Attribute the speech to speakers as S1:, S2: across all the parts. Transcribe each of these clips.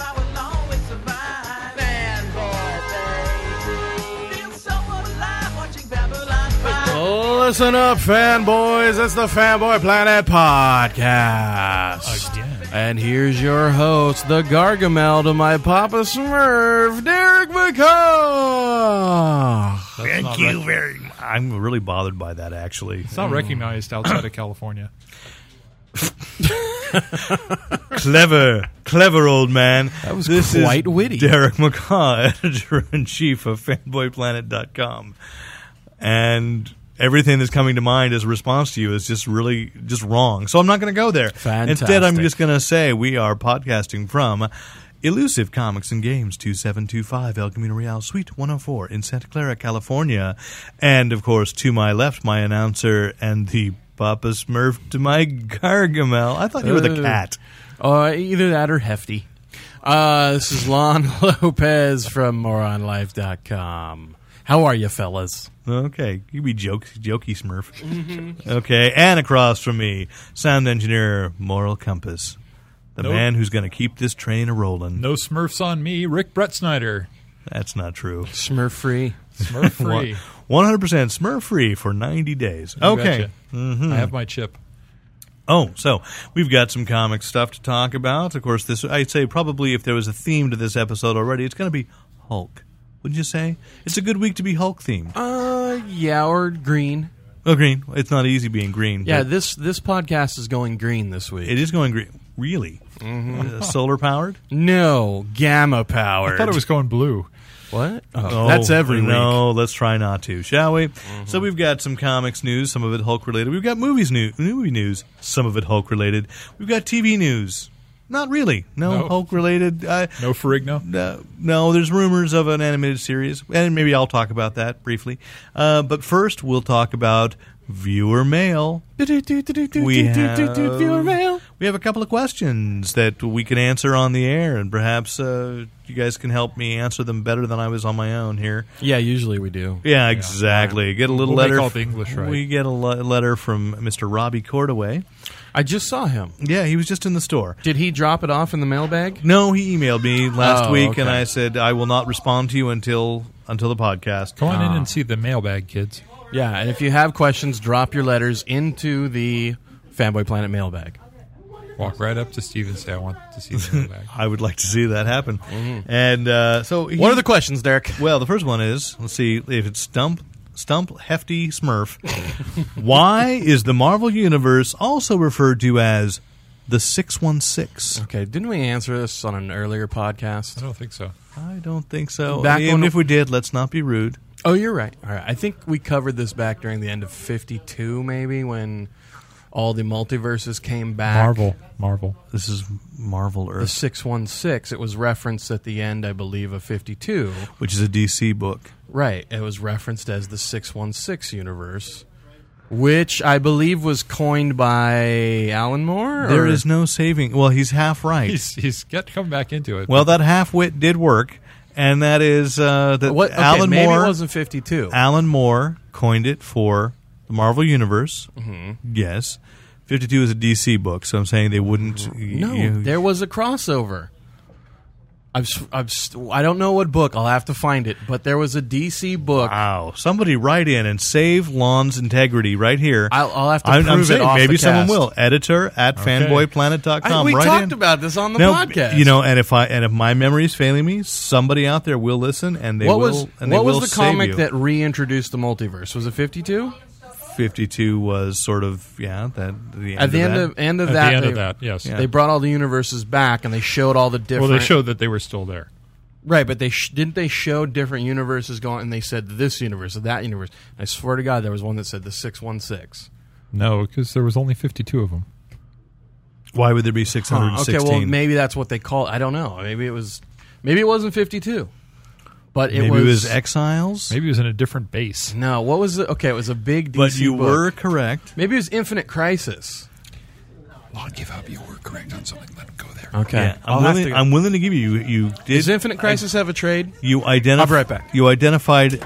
S1: I will always survive. Fanboy, baby. Feel so alive watching Babylon 5.
S2: Listen up, fanboys. It's the Fanboy Planet Podcast.
S3: Again.
S2: And here's your host, the Gargamel to my Papa Smurf, Derek McCaw.
S3: Thank you very much. I'm really bothered by that, actually.
S4: It's not recognized outside of California.
S3: Clever, clever old man. That
S2: was
S3: this
S2: quite
S3: is
S2: witty.
S3: Derek McCaw, editor in chief of fanboyplanet.com. And everything that's coming to mind as a response to you is just really just wrong. So I'm not going to go there. Instead, I'm
S2: Fantastic.
S3: just going to say we are podcasting from Elusive Comics and Games 2725 El Camino Real Suite 104 in Santa Clara, California. And of course, to my left, my announcer and the Papa Smurf to my Gargamel. I thought you were the
S2: Uh,
S3: cat.
S2: Or either that or hefty. Uh, this is Lon Lopez from MoronLife.com. How are you, fellas?
S3: Okay, you be jokes, jokey Smurf. Okay, and across from me, sound engineer Moral Compass, the
S4: Nope.
S3: man who's going to keep this train a rolling.
S4: No Smurfs on me, Rick Brett Snyder.
S3: That's not true.
S2: Smurf free.
S4: Smurf free.
S3: One hundred percent Smurf free for ninety days. Okay.
S4: Gotcha. I have my chip.
S3: Oh, so we've got some comic stuff to talk about. Of course, this I'd say probably if there was a theme to this episode already, it's going to be Hulk. Wouldn't you say? It's a good week to be Hulk themed.
S2: Uh, yeah, or green.
S3: Oh, green. It's not easy being green.
S2: Yeah,
S3: but
S2: this this podcast is going green this week.
S3: it is going green. Really?
S2: Mm-hmm.
S3: Uh, solar powered?
S2: no, gamma power.
S4: I thought it was going blue.
S2: What?
S3: Oh,
S2: that's every week.
S3: No, let's try not to, shall we? So we've got some comics news, some of it Hulk related. We've got movies new, movie news, some of it Hulk related. We've got TV news. Not really. No,
S4: No.
S3: Hulk related. Uh,
S4: No Ferrigno.
S3: no, no, there's rumors of an animated series, and maybe I'll talk about that briefly. Uh, but first, we'll talk about viewer mail. We have-
S2: Viewer mail.
S3: We have a couple of questions that we can answer on the air, and perhaps uh, you guys can help me answer them better than I was on my own here.
S2: Yeah, usually we do.
S3: Yeah, exactly. Get a little
S4: We'll make
S3: letter.
S4: all the English right.
S3: We get a le- letter from Mr. Robbie Cordaway.
S2: I just saw him.
S3: Yeah, he was just in the store.
S2: Did he drop it off in the mailbag?
S3: No, he emailed me last
S2: Oh,
S3: week, and
S2: okay.
S3: I said I will not respond to you until until the podcast.
S4: Go on in and see the mailbag, kids.
S2: Yeah, and if you have questions, drop your letters into the Fanboy Planet mailbag.
S4: Walk right up to Steve and say, I want to see the mailbag.
S3: I would like to see that happen. And uh, so, he-
S2: Mm-hmm. What are the questions, Derek?
S3: well, the first one is let's see if it's Stump Stump Hefty Smurf. Why is the Marvel Universe also referred to as the Six One Six?
S2: Okay, didn't we answer this on an earlier
S4: I
S2: podcast?
S4: don't think so.
S3: I don't think so.
S2: Back
S3: Even
S2: when-
S3: if we did, let's not be rude.
S2: Oh, you're right. All right, I think we covered this back during the end of '52, maybe when all the multiverses came back.
S4: Marvel. Marvel.
S3: This is Marvel
S2: the
S3: Earth,
S2: 616 it was referenced at the end i believe of 52
S3: which is a DC book.
S2: right it was referenced as the 616 universe which i believe was coined by alan moore
S3: There
S2: or-
S3: is no saving. Well, he's half right.
S4: He's, he's got to come back into it.
S3: well, that half wit did work, and that is uh, that
S2: what okay,
S3: Alan
S2: maybe
S3: Moore.
S2: it wasn't 52
S3: Alan Moore coined it for the Marvel Universe.
S2: Mm-hmm.
S3: Yes, Fifty Two is a DC book, so I'm saying they wouldn't.
S2: no there was a crossover I've, s- I've, s- I don't know what book. I'll have to find it. But there was a DC book.
S3: Wow! Somebody write in and save Lon's integrity right here.
S2: I'll- I'll have to
S3: I'm, I'm
S2: prove it
S3: saying
S2: off
S3: maybe
S2: the
S3: someone
S2: cast.
S3: will. Editor at fanboyplanet.com.
S2: I, we
S3: right
S2: talked
S3: in.
S2: about this on the
S3: No,
S2: podcast.
S3: You know, and if I and if my memory is failing me, somebody out there will listen and they
S2: what
S3: will.
S2: was
S3: and they
S2: what
S3: will
S2: was the
S3: save
S2: comic
S3: you.
S2: that reintroduced the multiverse? Was it fifty two?
S3: Fifty Two was sort of yeah that the end
S2: at the
S3: of
S2: end
S3: that.
S2: of end of
S4: At
S2: that,
S4: the end
S2: they,
S4: of that, yes.
S3: Yeah.
S2: they brought all the universes back and they showed all the different.
S4: Well, they showed that they were still there.
S2: right, but they sh- didn't they show different universes going and they said this universe, that universe. I swear to God, there was one that said the six one six.
S4: No, because there was only 52 of them.
S3: Why would there be six hundred
S2: Okay, well
S3: sixteen?
S2: maybe that's what they call. I don't know. Maybe it was Maybe it wasn't 52, but it
S3: Maybe
S2: was.
S3: it was Exiles.
S5: Maybe it was in a different base.
S2: no, what was it? Okay, it was a big DC
S3: but you
S2: book.
S3: were correct.
S2: Maybe it was Infinite Crisis.
S4: Lord, give up. You were correct on something. Let him go there.
S2: Okay.
S3: Yeah,
S2: I'll
S3: I'm,
S2: have
S3: willing,
S2: to-
S3: I'm willing to give you. You did.
S2: Does Infinite Crisis have a trade?
S3: You identified.
S2: I'll be right back.
S3: You identified.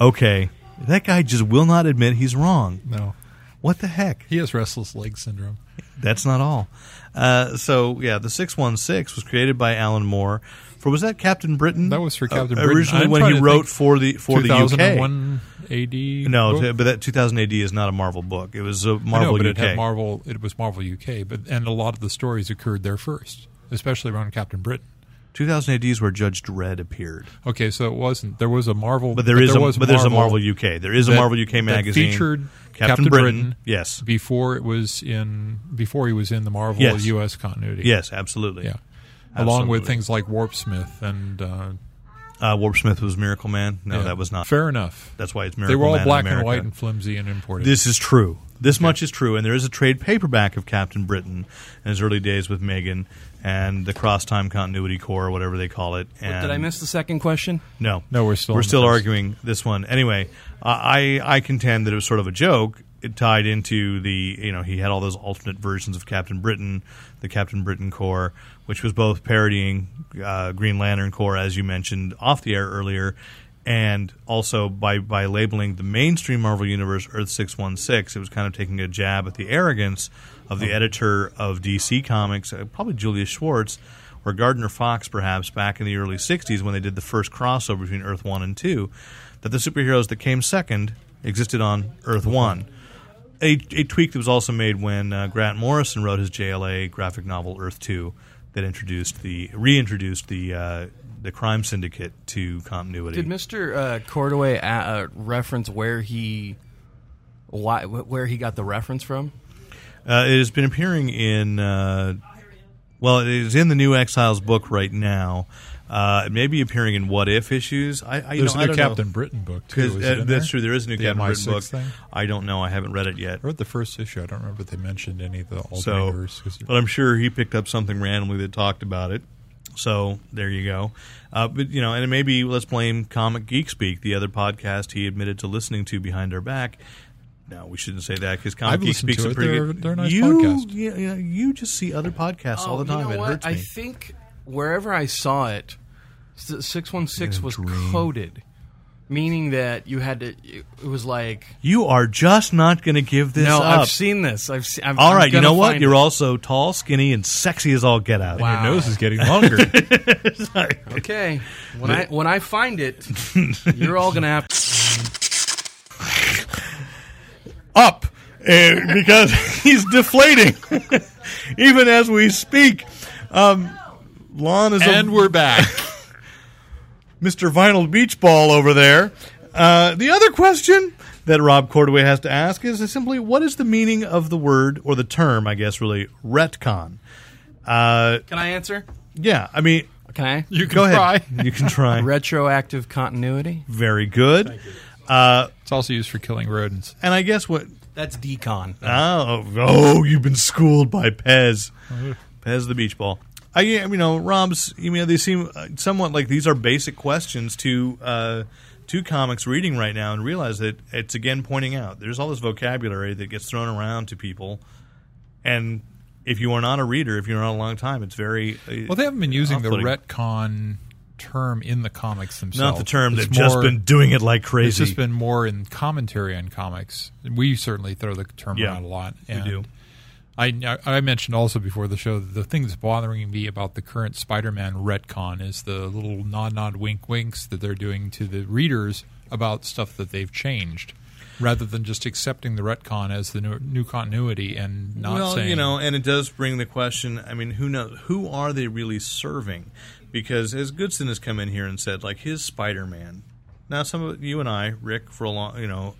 S3: Okay, that guy just will not admit he's wrong.
S5: No.
S3: What the heck?
S5: He has restless leg syndrome.
S3: That's not all. Uh, so yeah, the six one six was created by Alan Moore. For was that Captain Britain?
S4: That was for Captain
S3: Uh,
S4: Britain.
S3: Originally,
S5: I'm
S3: when
S5: trying
S3: he
S5: to
S3: wrote
S5: think
S3: for the for the UK.
S5: 2001 AD.
S3: No,
S5: book?
S3: t- but that 2000 AD is not a Marvel book. It was a
S5: I know,
S3: Marvel
S5: but
S3: UK.
S5: it had Marvel. It was Marvel UK, but and a lot of the stories occurred there first, especially around Captain Britain.
S3: 2000 AD is where Judge Dredd appeared.
S5: Okay, so it wasn't. There was a Marvel,
S3: But there is
S5: there
S3: a,
S5: was
S3: but there's a Marvel UK. There is a
S5: that-
S3: Marvel UK magazine
S5: that featured
S3: Captain, Britain. Yes,
S5: before it was in before he was in the Marvel
S3: Yes.
S5: U.S. continuity.
S3: yes, absolutely.
S5: yeah, along
S3: Absolutely.
S5: with things like Warp Smith and uh,
S3: Uh, Warp Smith was Miracle Man. No,
S5: yeah.
S3: that was not.
S5: fair enough.
S3: That's why it's Miracle
S5: They were all
S3: Man in
S5: black and
S3: America.
S5: white and flimsy and imported.
S3: This is true. This much is true, and there is a trade paperback of Captain Britain in his early days with Megan and the Cross Time Continuity Core, or whatever they call it. And
S2: Did I miss the second question?
S3: No,
S5: No, we're still
S3: we're
S5: on the
S3: still
S5: first.
S3: arguing this one. Anyway, I I I contend that it was sort of a joke. It tied into the you know he had all those alternate versions of Captain Britain, the Captain Britain Corps, which was both parodying uh, Green Lantern Corps as you mentioned off the air earlier, and also by by labeling the mainstream Marvel universe Earth six one six, it was kind of taking a jab at the arrogance of
S5: Oh.
S3: the editor of DC Comics, uh, probably Julius Schwartz or Gardner Fox, perhaps, back in the early 60s when they did the first crossover between Earth 1 and 2, that the superheroes that came second existed on Earth 1. A, a tweak that was also made when uh, Grant Morrison wrote his JLA graphic novel Earth 2 that introduced the reintroduced the uh, the crime syndicate to continuity.
S2: Did Mister uh, Cordaway uh, uh, reference where he, why, wh- where he got the reference from?
S3: Uh, it has been appearing in, uh, well, it is in the new Exiles book right now. Uh, it may be appearing in What If issues. I, I, you
S5: There's
S3: know, I
S5: a new
S3: don't know.
S5: Captain Britain book too.
S3: Because
S5: Is
S3: uh,
S5: it in
S3: that's
S5: there?
S3: true. There is a new
S5: The
S3: Captain Britain
S5: MI6
S3: book.
S5: thing?
S3: I don't know. I haven't read it yet.
S5: I read the first issue. I don't remember if they mentioned any of the alternate
S3: So,
S5: universe. 'cause-
S3: but I'm sure he picked up something randomly that talked about it. So there you go. Uh, but you know, and maybe let's blame Comic Geek Speak, the other podcast he admitted to listening to behind our back. No, we shouldn't say that because Comic
S5: I've
S3: Geek
S5: listened
S3: Speak's
S5: to
S3: a
S5: it.
S3: pretty
S5: They're-
S3: good.
S5: they're a nice
S3: you,
S5: podcast.
S3: Yeah, yeah, you just see other podcasts all the
S2: Oh, you
S3: time.
S2: know
S3: it
S2: what?
S3: hurts
S2: I
S3: me.
S2: think wherever I saw it, six one six was
S3: dream.
S2: coded, meaning that you had to. It it was like
S3: you are just not going to give this
S2: no,
S3: up.
S2: I've seen this. I've seen. I'm,
S3: all
S2: I'm
S3: right, you
S2: gonna
S3: know what?
S2: find
S3: You're
S2: it.
S3: also tall, skinny, and sexy as all get out.
S2: Wow.
S5: Your nose is getting longer.
S2: okay. When I when I find it, you're all gonna have. to...
S3: up uh, because he's deflating even as we speak. Um, Lon is
S5: and
S3: a
S5: we're back.
S3: Mr. Vinyl Beach Ball over there. Uh, the other question that Rob Cordway has to ask is simply what is the meaning of the word or the term, I guess, really, retcon? Uh,
S2: Can I answer?
S3: yeah, I mean,
S2: Okay.
S5: You can
S3: go ahead.
S5: try.
S3: You can try.
S2: Retroactive continuity.
S3: Very good. Uh,
S5: It's also used for killing rodents.
S3: and I guess what
S2: That's decon.
S3: Oh, oh, you've been schooled by Pez. Pez the beach ball. I, yeah, you know, Rob's. You know, they seem uh, somewhat like these are basic questions to uh, to comics reading right now, and realize that it's again pointing out there's all this vocabulary that gets thrown around to people, and if you are not a reader, if you're not a long time, it's very uh,
S5: Well, they haven't been using the
S3: off-putting.
S5: retcon term in the comics themselves.
S3: not the term.
S5: It's
S3: They've just
S5: more-
S3: been doing it like crazy.
S5: It's just been more in commentary on comics. We certainly throw the term
S3: Yeah,
S5: around a lot.
S3: we
S5: And
S3: do.
S5: I, I mentioned also before the show that the thing that's bothering me about the current Spider-Man retcon is the little nod, nod, wink, winks that they're doing to the readers about stuff that they've changed, rather than just accepting the retcon as the new, new continuity and not
S3: well,
S5: saying
S3: you know, and it does bring the question. I mean, who knows? Who are they really serving? Because as Goodson has come in here and said, like his Spider-Man. Now, some of you and I, Rick, for a long, you know,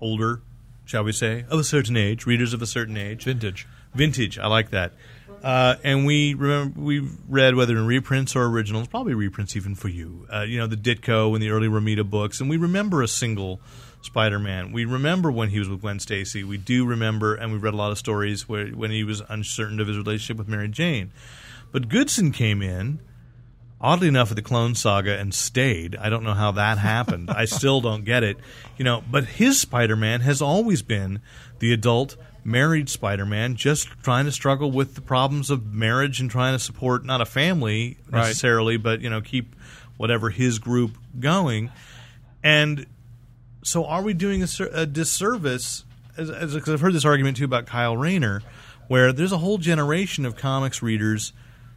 S3: older, shall we say, of a certain age, readers of a certain age,
S5: vintage.
S3: vintage. I like that. Uh, and we remember we've read whether in reprints or originals, probably reprints even for you. Uh, you know the Ditko and the early Romita books, and we remember a single Spider-Man. We remember when he was with Gwen Stacy. We do remember, and we've read a lot of stories where when he was uncertain of his relationship with Mary Jane. But Goodson came in oddly enough, at the Clone Saga and stayed. I don't know how that happened. I still don't get it. You know, but his Spider-Man has always been the adult married Spider-Man, just trying to struggle with the problems of marriage and trying to support not a family
S5: Right.
S3: necessarily, but you know, keep whatever his group going. And so are we doing a, ser- a disservice? As, as, cause I've heard this argument too about Kyle Rayner, where there's a whole generation of comics readers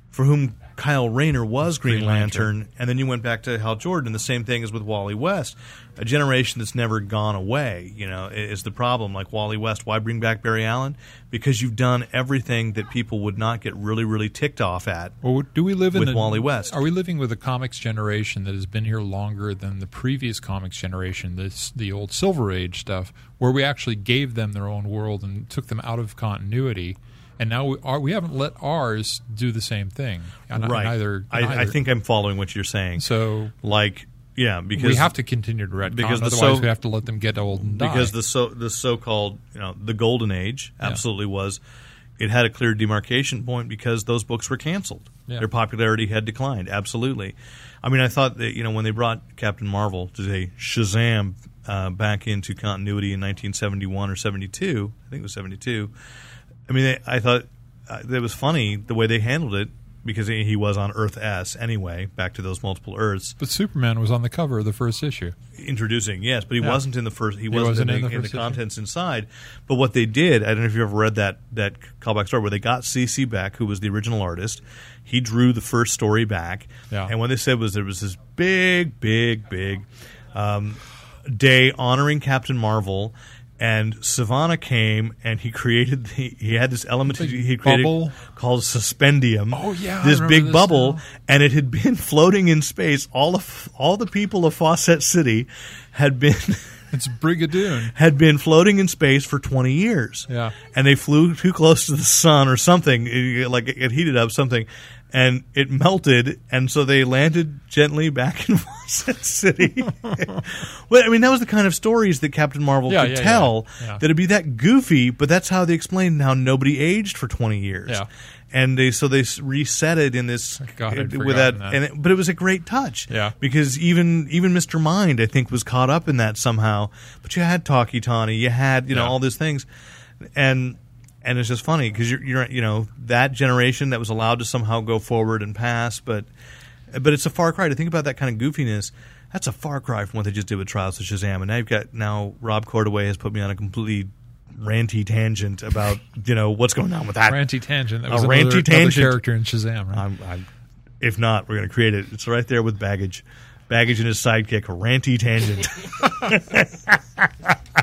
S3: for whom Kyle Rayner was Green, Lantern, and then you went back to Hal Jordan. The same thing is with Wally West, a generation that's never gone away. You know, i- is the problem like Wally West? Why bring back Barry Allen? Because you've done everything that people would not get really, really ticked off at.
S5: Well, do we live in
S3: With
S5: a-
S3: Wally West.
S5: Are we living with a comics generation that has been here longer than the previous comics generation, this the old Silver Age stuff, where we actually gave them their own world and took them out of continuity, and now we are we haven't let ours do the same thing. And I-
S3: right?
S5: Neither.
S3: I, I
S5: neither.
S3: think I'm following what you're saying.
S5: so.
S3: like, yeah, because
S5: We have to continue to retcon,
S3: because
S5: because
S3: the
S5: otherwise
S3: so-
S5: we have to let them get old and die.
S3: because the so the so called you know the golden age absolutely was. It had a clear demarcation point because those books were canceled.
S5: Yeah.
S3: Their popularity had declined. Absolutely. I mean, I thought that you know when they brought Captain Marvel to say Shazam uh, back into continuity in 1971 or 72, I think it was 72. I mean, they, I thought uh, it was funny the way they handled it because he he was on Earth S anyway, back to those multiple Earths
S5: but Superman was on the cover of the first issue.
S3: introducing, yes, but he wasn't in the first. He wasn't,
S5: wasn't
S3: in,
S5: in
S3: the,
S5: the
S3: in the
S5: first issue.
S3: contents inside. But what they did, I don't know if you ever read that that callback story where they got CC back, who was the original artist. He drew the first story back,
S5: Yeah.
S3: and what they said was there was this big, big, big um, day honoring Captain Marvel. And Savannah came, and he created. The, he had this element
S5: Big
S3: he created
S5: bubble.
S3: called suspendium.
S5: Oh, yeah, I
S3: this
S5: remember
S3: big
S5: this
S3: bubble,
S5: now.
S3: and it had been floating in space. All of all the people of Fawcett City had been
S5: It's Brigadoon.
S3: had been floating in space for twenty years.
S5: Yeah.
S3: and they flew too close to the sun or something. It, like it heated up something, and it melted, and so they landed gently back in Fawcett City. well, I mean, that was the kind of stories that Captain Marvel
S5: Yeah,
S3: could
S5: yeah, yeah.
S3: tell
S5: Yeah.
S3: that it'd be that goofy, but that's how they explained how nobody aged for twenty years.
S5: Yeah.
S3: And they so they s- reset it in this
S5: God, I'd
S3: with that,
S5: forgotten that.
S3: and it- but it was a great touch.
S5: Yeah.
S3: Because even even Mr. Mind, I think, was caught up in that somehow. But you had Talkie Tawny, you had you know
S5: Yeah.
S3: all these things, and and it's just funny because you're, you're you know that generation that was allowed to somehow go forward and pass, but but it's a far cry to think about that kind of goofiness. That's a far cry from what they just did with Trials of Shazam, and now you've got now Rob Cordaway has put me on a completely ranty tangent about you know what's going on with that
S5: Ranty Tangent. That
S3: A
S5: was
S3: ranty
S5: another, another
S3: tangent. Um,
S5: character in Shazam, right?
S3: I'm, I'm, if not, we're going to create it. It's right there with Baggage. Baggage and his sidekick, Ranty Tangent.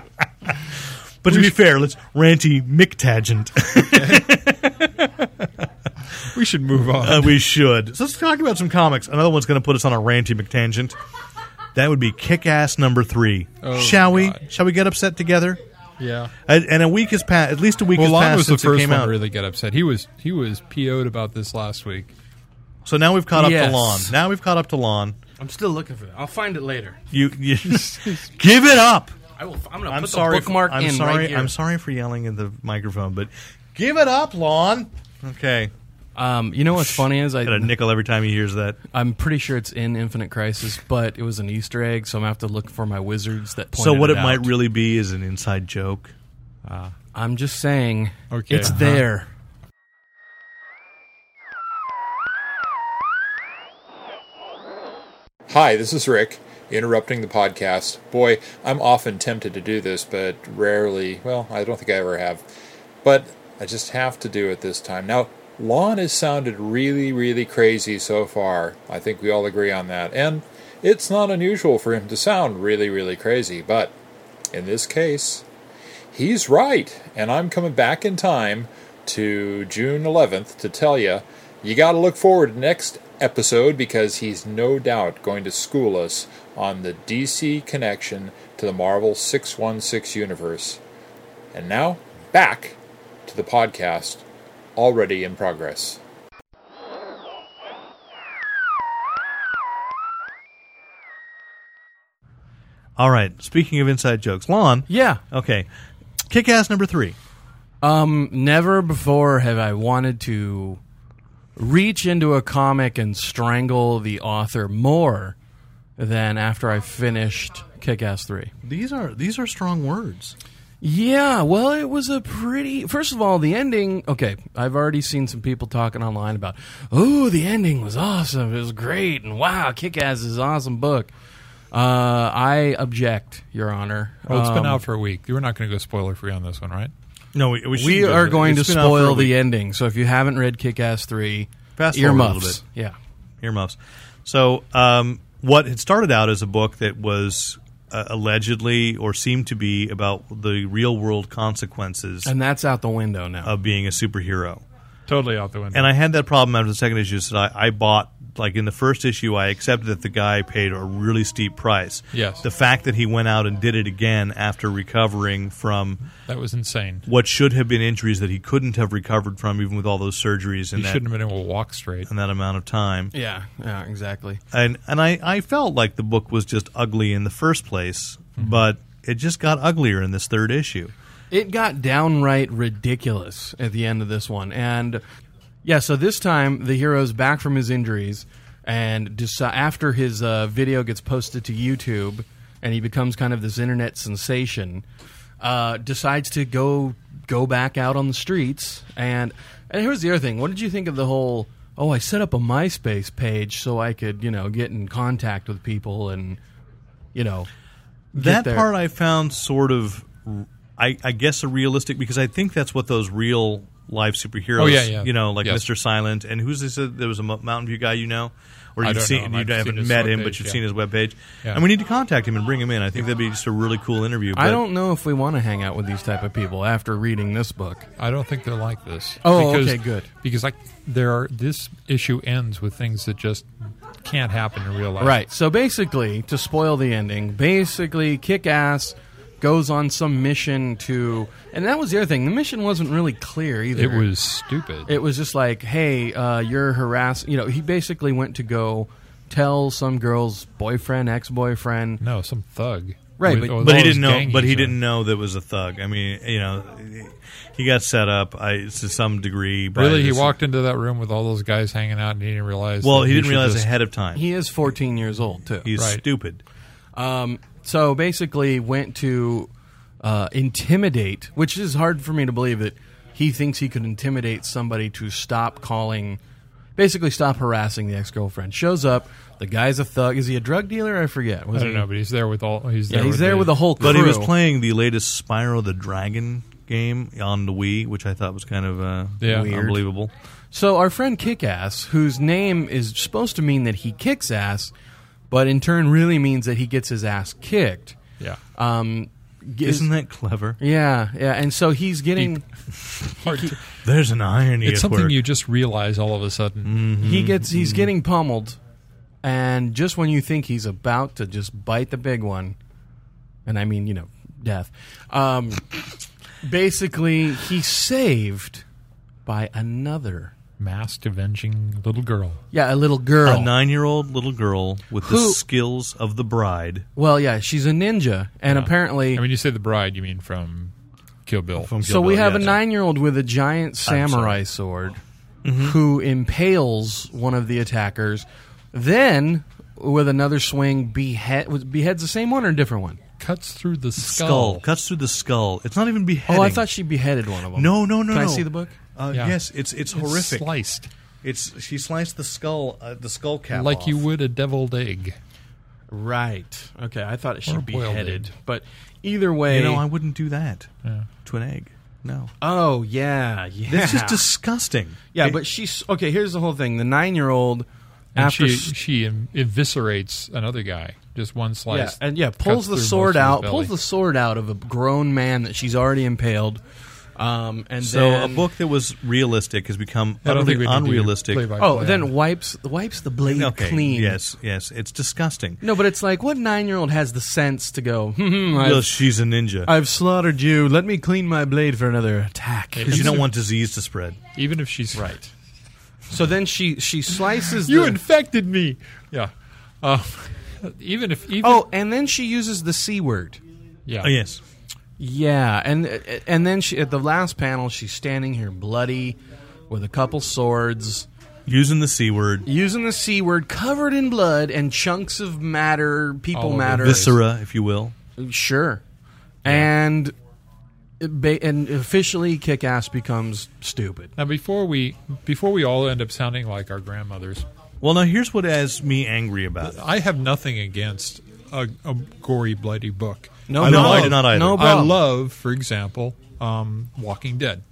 S3: but to be fair, let's Ranty McTangent.
S5: we should move on.
S3: Uh, we should. So let's talk about some comics. Another one's going to put us on a Ranty McTangent. That would be Kick Ass number three.
S5: Oh,
S3: Shall we?
S5: God.
S3: Shall we get upset together?
S5: yeah.
S3: And and a week has passed. At least a week
S5: Well,
S3: has
S5: Lon
S3: passed
S5: was the
S3: since it
S5: first
S3: came
S5: one
S3: out.
S5: to really get upset. He was he was PO'd about this last week.
S3: So now we've caught up
S2: Yes.
S3: to Lon. Now we've caught up to Lon.
S2: I'm still looking for that. I'll find it later.
S3: You, you give it up.
S2: I will. I'm gonna
S3: I'm
S2: put
S3: sorry.
S2: the bookmark
S3: I'm
S2: in
S3: sorry.
S2: right here.
S3: I'm sorry for yelling in the microphone, but give it up, Lon. Okay,
S2: Um, you know what's funny is I
S3: got a nickel every time he hears that.
S2: I'm pretty sure it's in Infinite Crisis, but it was an Easter egg, so I'm gonna have to look for my wizards that.
S3: So
S2: pointed
S3: what it
S2: out.
S3: might really be is an inside joke.
S2: I'm just saying.
S5: Okay,
S2: it's
S5: uh-huh.
S2: there.
S6: Hi, this is Rick, interrupting the podcast. Boy, I'm often tempted to do this, but rarely, well, I don't think I ever have. But I just have to do it this time. Now, Lon has sounded really, really crazy so far. I think we all agree on that. And it's not unusual for him to sound really, really crazy, but in this case, he's right. And I'm coming back in time to June 11th to tell you you got to look forward to next episode because he's no doubt going to school us on the DC connection to the Marvel 616 universe. And now, back to the podcast already in progress.
S3: All right. Speaking of inside jokes, Lon.
S2: Yeah.
S3: Okay. Kick ass number three.
S2: Um, never before have I wanted to reach into a comic and strangle the author more than after I finished Kick Ass 3.
S3: These are these are strong words.
S2: Yeah, well, it was a pretty. First of all, the ending. Okay, I've already seen some people talking online about, oh, the ending was awesome. It was great. And wow, Kick Ass is an awesome book. Uh, I object, Your Honor.
S5: Well, it's been
S2: Um,
S5: out for a week. We're not going to go spoiler free on this one, right?
S3: No, we, we, shouldn't
S2: we
S3: do
S2: are
S3: that.
S2: going
S3: It's
S2: to
S3: been out for a
S2: spoil
S3: week.
S2: the ending. So if you haven't read Kick Ass 3,
S3: Fast forward a little
S2: earmuffs. Yeah.
S3: earmuffs. So, um, what had started out as a book that was uh, allegedly or seemed to be about the real world consequences
S2: And that's out the window now.
S3: of being a superhero.
S5: Totally out the window.
S3: And I had that problem after the second issue. So I, I bought like in the first issue, I accepted that the guy paid a really steep price.
S5: Yes.
S3: the fact that he went out and did it again after recovering from
S5: that was insane.
S3: what should have been injuries that he couldn't have recovered from, even with all those surgeries
S5: He
S3: and that,
S5: shouldn't have been able to walk straight.
S3: and that amount of time.
S2: yeah, yeah, exactly.
S3: and and I, I felt like the book was just ugly in the first place,
S5: Mm-hmm.
S3: but it just got uglier in this third issue.
S2: It got downright ridiculous at the end of this one. And yeah, so this time the hero's back from his injuries, and deci- after his uh, video gets posted to YouTube and he becomes kind of this internet sensation, uh, decides to go go back out on the streets. And, and here's the other thing what did you think of the whole? Oh, I set up a MySpace page so I could, you know, get in contact with people and, you know,
S3: That
S2: there.
S3: part I found sort of, I, I guess, a realistic because I think that's what those real life superheroes,
S5: Oh, yeah, yeah.
S3: you know, like
S5: Yes.
S3: Mister Silent and who's this? uh, There was a Mo- Mountain View guy, you know, or
S5: I don't
S3: you've
S5: know
S3: seen
S5: him.
S3: you
S5: I've seen
S3: haven't
S5: his
S3: met him,
S5: webpage,
S3: but you've
S5: yeah.
S3: seen his webpage,
S5: Yeah.
S3: and we need to contact him and bring him in. I think that'd be just a really cool interview. But
S2: I don't know if we want to hang out with these type of people after reading this book.
S5: I don't think they're like this.
S2: Oh, okay, good.
S5: Because like there are this issue ends with things that just can't happen in real life.
S2: Right. So basically, to spoil the ending, basically Kick Ass goes on some mission to and that was the other thing. The mission wasn't really clear either.
S5: It was stupid.
S2: it was just like, hey, uh, you're harassing you know, he basically went to go tell some girl's boyfriend, ex boyfriend.
S5: no, some thug.
S2: Right,
S5: With-
S2: but-
S5: with
S3: But
S5: all
S3: he
S5: his
S3: didn't know.
S5: gang
S3: But he
S5: he's in.
S3: didn't know that was a thug. I mean, you know, he got set up I, to some degree. By
S5: Really, he
S3: this-
S5: walked into that room with all those guys hanging out, and he didn't realize.
S3: Well,
S5: that
S3: he didn't
S5: should
S3: realize
S5: just-
S3: ahead of time.
S2: He is fourteen years old too.
S3: He's
S5: Right.
S3: stupid.
S2: so basically went to uh, intimidate, which is hard for me to believe that he thinks he could intimidate somebody to stop calling, basically stop harassing the ex girlfriend. Shows up, the guy's a thug. Is he a drug dealer? I forget. Was
S5: I don't
S2: he-
S5: know, but he's there with all. He's there.
S2: Yeah, he's
S5: with
S2: there
S5: the,
S2: with a whole crew.
S3: But he was playing the latest Spyro the Dragon game on the Wii, which I thought was kind of uh,
S5: Yeah. Weird.
S3: unbelievable.
S2: So our friend Kickass, whose name is supposed to mean that he kicks ass, but in turn really means that he gets his ass kicked.
S5: Yeah,
S2: Um, is-
S3: Isn't that clever?
S2: yeah, yeah, and so he's getting.
S5: Hard to-
S3: There's an irony.
S5: it's
S3: at
S5: something
S3: work. Mm-hmm.
S5: you just realize all of a sudden.
S2: He gets he's getting pummeled, and just when you think he's about to just bite the big one, and I mean you know death, um, basically he's saved by another
S5: Masked avenging little girl.
S2: yeah a little girl.
S3: A nine-year-old little girl with the
S2: Who-
S3: skills of the bride
S2: well, yeah, she's a ninja, and apparently.
S5: I mean, you say the bride, you mean from Kill Bill.
S3: from
S2: so
S3: Kill
S2: we
S3: Bill,
S2: have
S3: yeah.
S2: a nine-year-old with a giant samurai sword who impales one of the attackers, then with another swing behead was- beheads the same one or a different one.
S5: Cuts through the
S3: skull.
S5: skull.
S3: cuts through the skull. It's not even beheading.
S2: Oh, I thought she beheaded one of them.
S3: no, no, no.
S2: Can I
S3: no.
S2: see the book?
S3: Uh,
S5: Yeah.
S3: Yes, it's
S5: It's
S3: it's horrific.
S5: Sliced
S3: It's she sliced the skull, uh, the skull cap,
S5: like
S3: off.
S5: you would a deviled egg.
S2: Right. Okay. I thought it
S5: Or
S2: should be
S5: boiled
S2: headed,
S5: egg.
S2: but either way.
S3: You know, I wouldn't do that to an egg. No,
S2: oh yeah, yeah.
S3: that's just disgusting.
S2: yeah,
S3: It-
S2: but she's okay. Here's the whole thing: the nine-year-old
S5: And
S2: after
S5: she
S2: s-
S5: she em- eviscerates another guy. Just one
S2: yeah,
S5: slice.
S2: and yeah,
S5: cuts
S2: pulls the
S5: through
S2: sword
S5: most of his
S2: out,
S5: belly.
S2: pulls the sword out of a grown man that she's already impaled, um, and
S3: so
S2: then,
S3: a book that was realistic has become
S5: I don't think
S3: utterly
S5: we need to do
S3: unrealistic.
S5: play-by-play
S2: Oh,
S5: on that.
S2: then wipes wipes the blade
S3: okay,
S2: clean.
S3: yes, yes, it's disgusting.
S2: No, but it's like what nine-year-old has the sense to go? Hmm,
S3: Well,
S2: I've,
S3: she's a ninja
S2: I've slaughtered you. Let me clean my blade for another attack.
S3: because you don't want disease to spread.
S5: even if she's
S2: Right. So then she she slices
S5: You
S2: the,
S5: infected me. Yeah. Uh, even if even
S2: oh, and then she uses the c word.
S5: yeah
S3: Oh, yes,
S2: Yeah, and and then she at the last panel she's standing here bloody with a couple swords
S3: Using the C word,
S2: Using the C word, covered in blood and chunks of matter,
S5: All
S2: people
S5: over
S2: matter.
S3: viscera, if you will.
S2: Sure. And it ba- and officially kick ass becomes stupid.
S5: Now, before we before we all end up sounding like our grandmothers,
S3: Well, now here's what has me angry about it.
S5: I have nothing against a, a gory, bloody book.
S2: No,
S3: I know,
S2: problem.
S3: I did not either.
S2: No
S3: I
S5: I
S2: problem.
S5: love, for example, um, Walking Dead.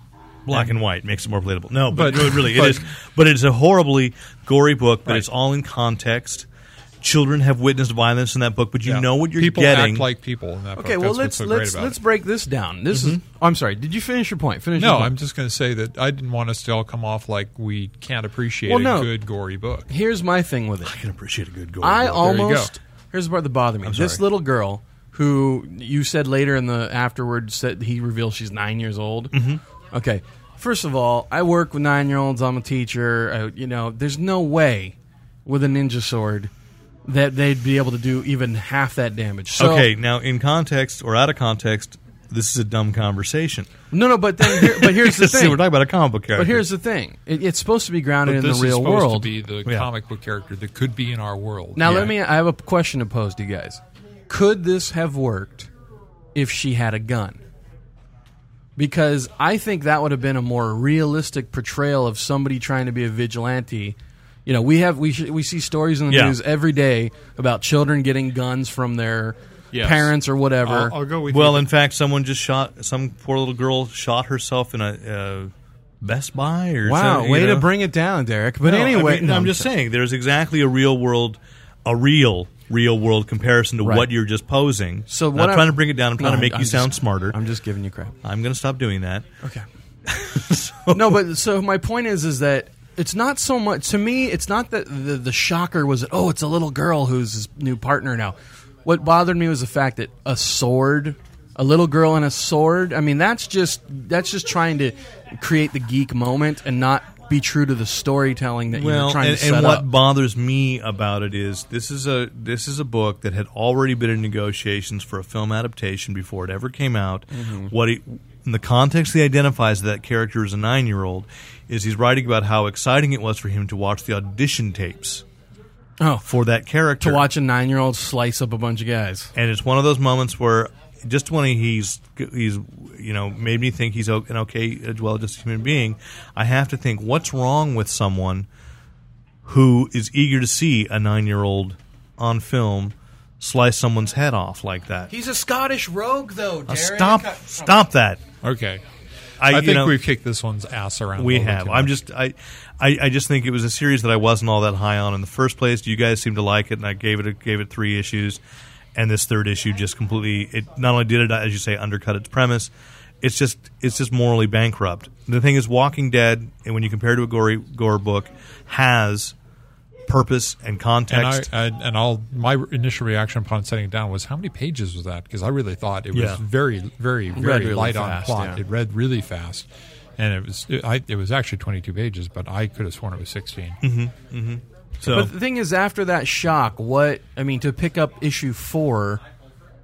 S3: Black and white makes it more relatable. No, but,
S5: But-
S3: really, it
S5: but-
S3: is. But it's a horribly gory book. But
S5: Right.
S3: it's all in context. Children have witnessed violence in that book, but you know what you're
S5: people
S3: getting.
S5: act like people. In that
S2: okay,
S5: book.
S2: well let's
S5: That's what's so great
S2: let's
S5: about
S2: let's
S5: it.
S2: break this down. This is I'm sorry. Did you finish your point? Finish. your
S5: No,
S2: point.
S5: I'm just going to say that I didn't want us to all come off like we can't appreciate
S2: Well, no.
S5: a good gory book.
S2: Here's my thing with it.
S3: I can appreciate a good gory.
S2: I
S3: book.
S5: you
S2: almost
S5: go.
S2: here's the part that bothered me. This
S3: sorry.
S2: little girl who you said later in the afterward said he reveals she's nine years old. Mm-hmm. Okay, first of all, I work with nine year olds. I'm a teacher. I, you know, there's no way with a ninja sword that they'd be able to do even half that damage. So,
S3: okay, now in context or out of context, this is a dumb conversation.
S2: no, no, but then, here, but here's the
S3: Because see,
S2: thing.
S3: we're talking about a comic book character.
S2: But here's the thing. It, it's supposed to be grounded
S5: But
S2: in the
S5: this is
S2: real
S5: supposed
S2: world.
S5: to be the
S3: Yeah.
S5: comic book character that could be in our world.
S2: Now
S5: Yeah.
S2: let me. I have a question to pose to you guys. Could this have worked if she had a gun? Because I think that would have been a more realistic portrayal of somebody trying to be a vigilante. You know, we have we sh- we see stories in the
S3: Yeah.
S2: news every day about children getting guns from their
S5: Yes.
S2: parents or whatever.
S5: I'll, I'll go with
S3: well,
S5: you.
S3: in fact, someone just shot some poor little girl shot herself in a uh, Best Buy or
S2: wow,
S3: some- you
S2: way
S3: know?
S2: to bring it down, Derek. But
S3: No,
S2: anyway, um,
S3: I mean, I'm just saying there's exactly a real world, a real real world comparison to
S2: Right.
S3: what you're just posing.
S2: So
S3: Not
S2: what I'm-
S3: trying to bring it down. I'm trying
S2: No,
S3: to make
S2: I'm
S3: you
S2: just-
S3: sound smarter.
S2: I'm just giving you crap.
S3: I'm going to stop doing that.
S2: Okay. no, but so my point is, is that it's not so much to me. It's not that the, the shocker was that oh, it's a little girl who's his new partner now. What bothered me was the fact that a sword, a little girl and a sword. I mean, that's just that's just trying to create the geek moment and not be true to the storytelling that
S3: Well,
S2: you're trying
S3: and,
S2: to set
S3: and what
S2: up.
S3: bothers me about it is this is a this is a book that had already been in negotiations for a film adaptation before it ever came out.
S2: Mm-hmm.
S3: What he, in the context he identifies that character as a nine year old is he's writing about how exciting it was for him to watch the audition tapes
S2: oh,
S3: for that character
S2: to watch a nine year old slice up a bunch of guys.
S3: and it's one of those moments where just when he's he's you know made me think he's o- an okay as well just human being i have to think what's wrong with someone who is eager to see a nine-year-old on film slice someone's head off like that
S2: He's a Scottish rogue, though.
S3: Uh, stop stop that
S5: Okay.
S3: i,
S5: I,
S3: you
S5: think
S3: know,
S5: we've kicked this one's ass around. a
S3: we
S5: little bit
S3: have
S5: too
S3: i'm
S5: much.
S3: just I, I i just think it was a series that i wasn't all that high on in the first place you guys seemed to like it and i gave it a, gave it three issues and this third issue just completely it not only did it as you say undercut its premise it's just it's just morally bankrupt the thing is walking dead and when you compare it to a gory gore book has purpose and
S5: And I,
S3: context
S5: I and all my initial reaction upon setting it down was how many pages was that? Because I really thought it was
S3: Yeah.
S5: very, very, very
S2: really
S5: light
S2: fast,
S5: on plot.
S2: yeah.
S5: It read really fast, and it was it, I, it was actually twenty two pages, but I could have sworn it was 16
S3: so
S2: But the thing is, after that shock, what I mean to pick up issue four,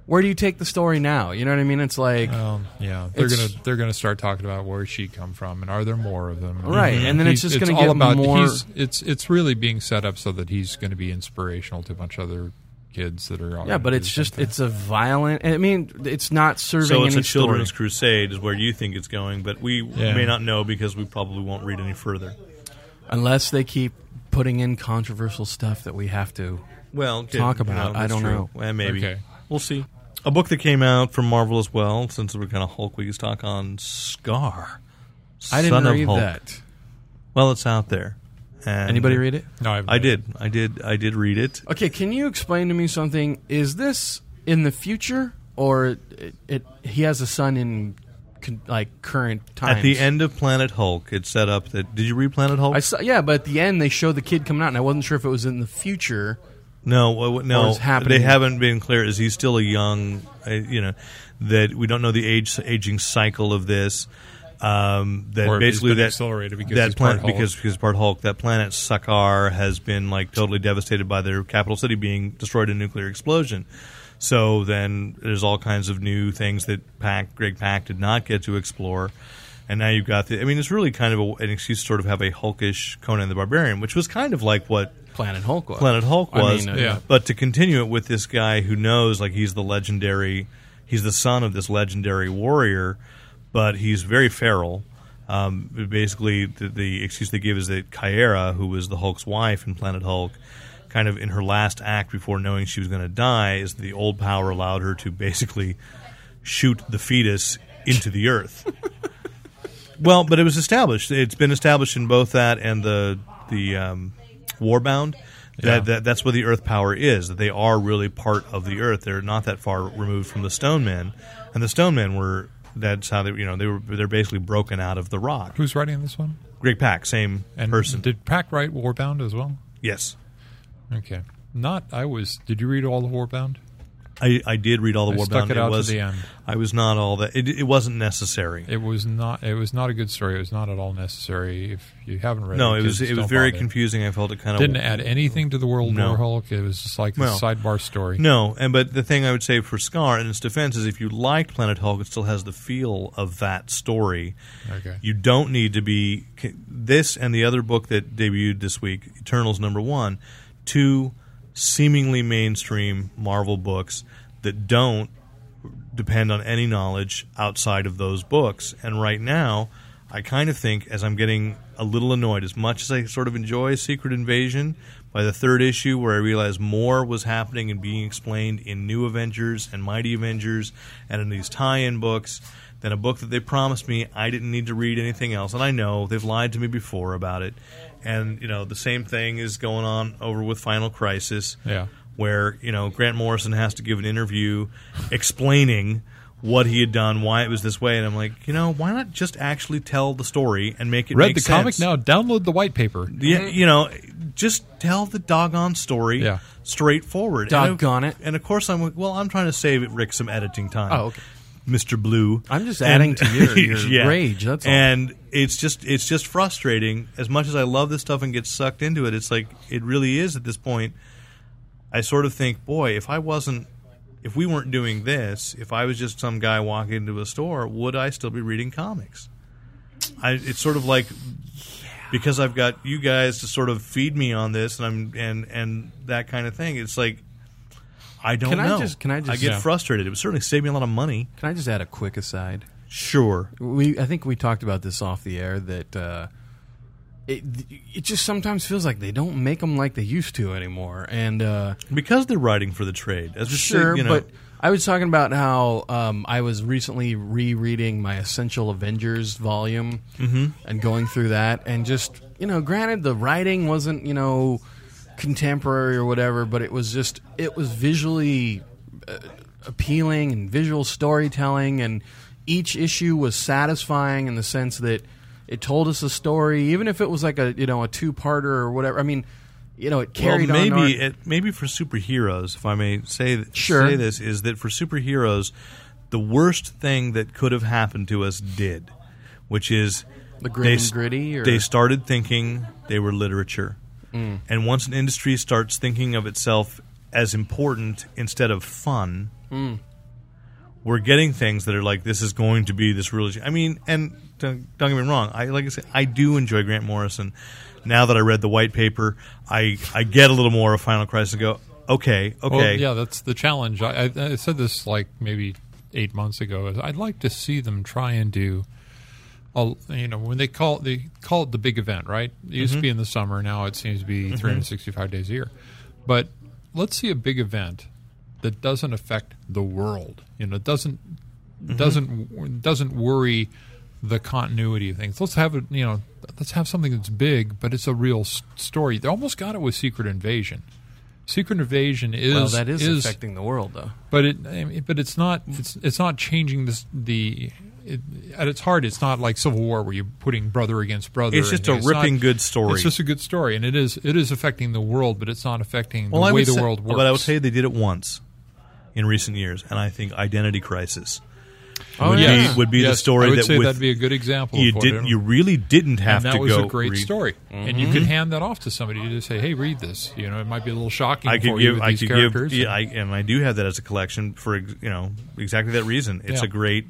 S2: where do you take the story now? You know what I mean? It's like
S3: Uh,
S5: Um, yeah, they're
S2: It's-
S5: gonna they're gonna start talking about where she come from and are there more of them?
S2: Right, and then it's just gonna
S5: all
S2: get
S5: about,
S2: more-
S5: He's, it's it's really being set up so that he's going to be inspirational to a bunch of other kids that are. all
S2: yeah,
S5: gonna
S2: but
S5: do
S2: it's
S5: the same
S2: just
S5: thing.
S2: it's a violent. I mean, it's not serving
S3: so it's
S2: any
S3: a children's
S2: story.
S3: crusade is where you think it's going but we may not know because we probably won't read any further
S2: unless they keep putting in controversial stuff that we have to.
S3: well did-
S2: Talk
S3: you
S2: about, I
S3: that's
S2: don't
S3: true.
S2: know.
S3: Well, maybe
S5: Okay.
S3: we'll see a book that came out from marvel as well since we're kind of hulk we could talk on scar
S2: I didn't
S3: Son of
S2: read
S3: Hulk.
S2: that.
S3: well it's out there And-
S2: Anybody read it?
S5: no, I've
S3: i did i did i did read it
S2: Okay, can you explain to me something? Is this in the future or it, it he has a son in con, like current times?
S3: at the end of planet hulk it set up that did you read planet hulk
S2: I saw, yeah, but at the end they show the kid coming out, and I wasn't sure if it was in the future.
S3: No, w- w-
S2: Or
S3: no,
S2: is happening-
S3: they haven't been clear. Is he still a young? Uh, you know, that we don't know the age aging cycle of this. Um, that
S5: Or if he's
S3: basically
S5: been
S3: that
S5: accelerated because
S3: that
S5: he's
S3: planet
S5: part Hulk.
S3: because because part Hulk that planet Sakar has been like totally devastated by their capital city being destroyed in a nuclear explosion. So then there's all kinds of new things that Pack Greg Pack did not get to explore. and now you've got the. I mean, it's really kind of a, an excuse to sort of have a Hulkish Conan the Barbarian, which was kind of like what
S2: Planet Hulk was.
S3: Planet Hulk
S2: I
S3: was.
S2: mean, uh,
S5: Yeah.
S3: But to continue it with this guy who knows, like, he's the legendary, he's the son of this legendary warrior, but he's very feral. Um, basically, the, the excuse they give is that Kyera, who was the Hulk's wife in Planet Hulk, kind of in her last act before knowing she was going to die, is the old power allowed her to basically shoot the fetus into the earth. Well, but it was established. It's been established in both that and the the um, Warbound. That, that that's where the Earth power is. That they are really part of the Earth. They're not that far removed from the Stone Men, and the Stone Men were. That's how they you know they were they're basically broken out of the rock.
S5: Who's writing this one?
S3: Greg Pack, same
S5: And
S3: person.
S5: Did Pack write Warbound as well?
S3: yes,
S5: Okay. Not. I was. Did you read all the Warbound?
S3: I, I did read all the
S5: I
S3: Warbound.
S5: stuck it out to
S3: was,
S5: the end.
S3: I was not all that. It, it wasn't necessary.
S5: It was not. It was not a good story. It was not at all necessary. If you haven't read,
S3: no,
S5: it
S3: it was
S5: just
S3: it was
S5: don't
S3: very
S5: bother.
S3: confusing. I felt it kind of
S5: Didn't add anything to the world
S3: No.
S5: war Hulk. It was just like a
S3: Well,
S5: sidebar story.
S3: No, and but the thing I would say for Scar in its defense is if you liked Planet Hulk, it still has the feel of that story.
S5: Okay.
S3: You don't need to be this and the other book that debuted this week, Eternals number one, two seemingly mainstream Marvel books that don't depend on any knowledge outside of those books. And right now, I kind of think as I'm getting a little annoyed, as much as I sort of enjoy Secret Invasion, by the third issue where I realized more was happening and being explained in New Avengers and Mighty Avengers and in these tie in books than a book that they promised me I didn't need to read anything else. And I know they've lied to me before about it. And, you know, the same thing is going on over with Final Crisis
S5: Yeah.
S3: where you know Grant Morrison has to give an interview explaining what he had done, why it was this way, and I'm like, you know, why not just actually tell the story and make it
S5: Read
S3: make
S5: the comic
S3: sense?
S5: now. Download the white paper.
S3: Yeah,
S2: Mm-hmm.
S3: you know, just tell the doggone story
S5: Yeah.
S3: straightforward.
S2: Doggone
S3: and
S2: it.
S3: I- And of course, I'm like, well, I'm trying to save Rick some editing time.
S2: Oh, okay.
S3: Mr. Blue.
S2: I'm just adding to your- your rage, that's all.
S3: And it's just it's just frustrating. As much as I love this stuff and get sucked into it, it's like it really is at this point. I sort of think, boy, if I wasn't, if we weren't doing this, if I was just some guy walking into a store, would I still be reading comics? I, it's sort of like because I've got you guys to sort of feed me on this, and I'm and and that kind of thing. It's like I don't
S2: Can I
S3: know.
S2: just- can I just-
S3: get
S2: yeah.
S3: frustrated. It would certainly save me a lot of money.
S2: Can I just add a quick aside?
S3: Sure.
S2: We I think we talked about this off the air that uh, it it just sometimes feels like they don't make them like they used to anymore, and uh,
S3: Because they're writing for the trade. As we say,
S2: sure,
S3: you know,
S2: but I was talking about how um, I was recently rereading my Essential Avengers volume
S3: Mm-hmm.
S2: and going through that, and just you know, granted the writing wasn't you know contemporary or whatever, but it was just it was visually uh, appealing and visual storytelling, and each issue was satisfying in the sense that it told us a story, even if it was like a you know a two parter or whatever. I mean. You know, it
S3: well,
S2: carried on.
S3: maybe
S2: our-
S3: it, maybe for superheroes, if I may say th-
S2: Sure.
S3: say this, is that for superheroes, the worst thing that could have happened to us did, which is
S2: The grim and
S3: s-
S2: gritty, or- Mm.
S3: They started thinking they were literature, and once an industry starts thinking of itself as important instead of fun, we're getting things that are like this is going to be this really. I mean, and don't, don't get me wrong. I like I said, I do enjoy Grant Morrison. Now that I read the white paper, I I get a little more of Final Crisis and go, okay, okay,
S5: Well, yeah, that's the challenge. I, I, I said this like maybe eight months ago. is I'd like to see them try and do, a, you know, when they call it, they call it the big event, right? It used to be in the summer. Now it seems to be 365 days a year. But let's see a big event that doesn't affect the world. You know, doesn't
S3: Mm-hmm.
S5: doesn't doesn't worry the continuity of things. Let's have it. You know, let's have something that's big, but it's a real s- story. They almost got it with Secret Invasion. Secret Invasion is
S2: well, that is, affecting the world, though.
S5: but it I mean, but it's not it's it's not changing this the. It, at its heart, it's not like Civil War where you're putting brother against brother.
S3: It's
S5: and
S3: just a ripping good story.
S5: It's just a good story, and it is it is affecting the world, but it's not affecting the way
S3: would
S5: the
S3: say-
S5: world works.
S3: But I would say they did it once in recent years, and I think Identity Crisis
S5: oh,
S3: would
S5: yes.
S3: be would be the
S5: Yes,
S3: story
S5: I would
S3: that
S5: say
S3: with,
S5: that'd be a good example.
S3: you
S5: of what
S3: didn't
S5: it-
S3: you really didn't have
S5: and that
S3: to
S5: was
S3: go
S5: a great
S3: read- Mm-hmm.
S5: story, and you could hand that off to somebody to just say, "Hey, read this." You know, it might be a little shocking
S3: I
S5: for
S3: could
S5: you
S3: give
S5: with
S3: I
S5: these
S3: could
S5: characters.
S3: give yeah, I, and I do have that as a collection for ex- you know exactly that reason. It's
S5: Yeah.
S3: a great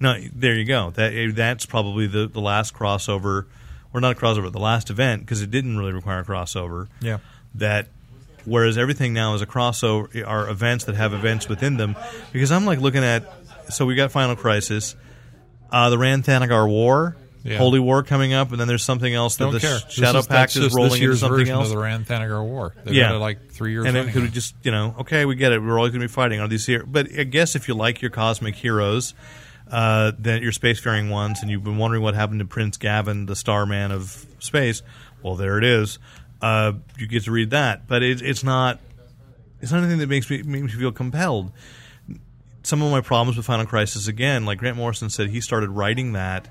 S3: No, there you go. That eh, that's probably the the last crossover, or not a crossover, the last event because it didn't really require a crossover.
S5: Yeah.
S3: That. Whereas everything now is a crossover, are events that have events within them. Because I'm like looking at, so we got Final Crisis, uh, the Rand Thanagar War,
S5: Yeah.
S3: Holy War coming up, and then there's something else that
S5: Don't
S3: the
S5: care.
S3: Sh- Shadow
S5: this is,
S3: Pact
S5: that's
S3: is
S5: just
S3: rolling
S5: this
S3: into
S5: year's
S3: something
S5: version
S3: else.
S5: of the Rand Thanagar War. They
S3: Yeah.
S5: yeah, like three years.
S3: and then
S5: running
S3: could we
S5: now.
S3: just you know okay we get it we're always going to be fighting are these here but i guess if you like your cosmic heroes uh, that your spacefaring ones and you've been wondering what happened to prince gavin the starman of space well there it is uh, you get to read that but it, it's not it's not anything that makes me makes me feel compelled some of my problems with final crisis again like grant morrison said he started writing that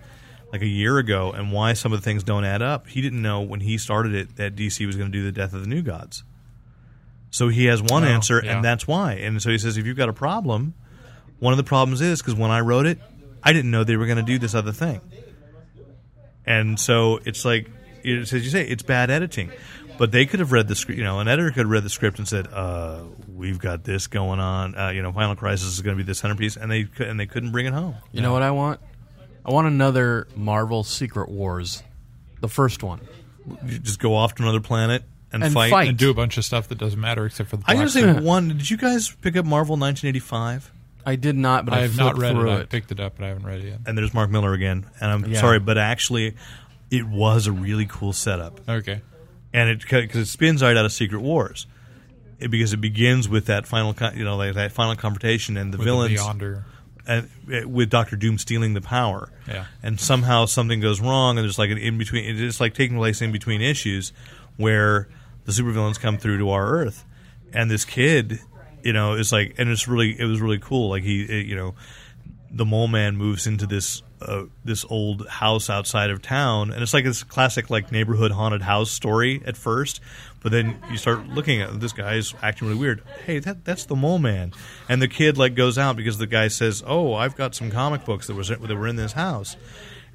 S3: like a year ago and why some of the things don't add up he didn't know when he started it that dc was going to do the death of the new gods so he has one answer,
S5: yeah.
S3: and that's why. And so he says, if you've got a problem, one of the problems is because when I wrote it, I didn't know they were going to do this other thing. And so it's like, it's, as you say, it's bad editing. But they could have read the script, you know, an editor could have read the script and said, uh, "We've got this going on." Uh, you know, Final Crisis is going to be the centerpiece, and they cou- and they couldn't bring it home.
S2: You know what I want? I want another Marvel Secret Wars, the first one.
S3: You just go off to another planet and,
S2: And fight.
S5: and do a bunch of stuff that doesn't matter except for the.
S3: I
S5: Black
S3: gotta say,
S5: Sun.
S3: one. Did you guys pick up Marvel 1985?
S2: I did not, but I,
S5: I have not
S2: flipped
S5: read it.
S2: through
S5: I picked it up, but I haven't read it yet.
S3: and there's Mark Miller again. And I'm
S2: Yeah.
S3: sorry, but actually, it was a really cool setup,
S5: Okay.
S3: and it because it spins right out of Secret Wars, It- because it begins with that final, con- you know, like that final confrontation and the
S5: With
S3: villains
S5: the Beyonder.
S3: and uh, with Doctor Doom stealing the power.
S5: Yeah.
S3: And somehow something goes wrong, and there's like an in between. It's like taking place in between issues where the supervillains come through to our Earth, and this kid, you know, is like, and it's really, it was really cool. Like he, it- you know, the mole man moves into this uh, this old house outside of town and it's like this classic like neighborhood haunted house story at first but then you start looking at this guy's acting really weird hey that that's the mole man and the kid like goes out because the guy says oh i've got some comic books that was that were in this house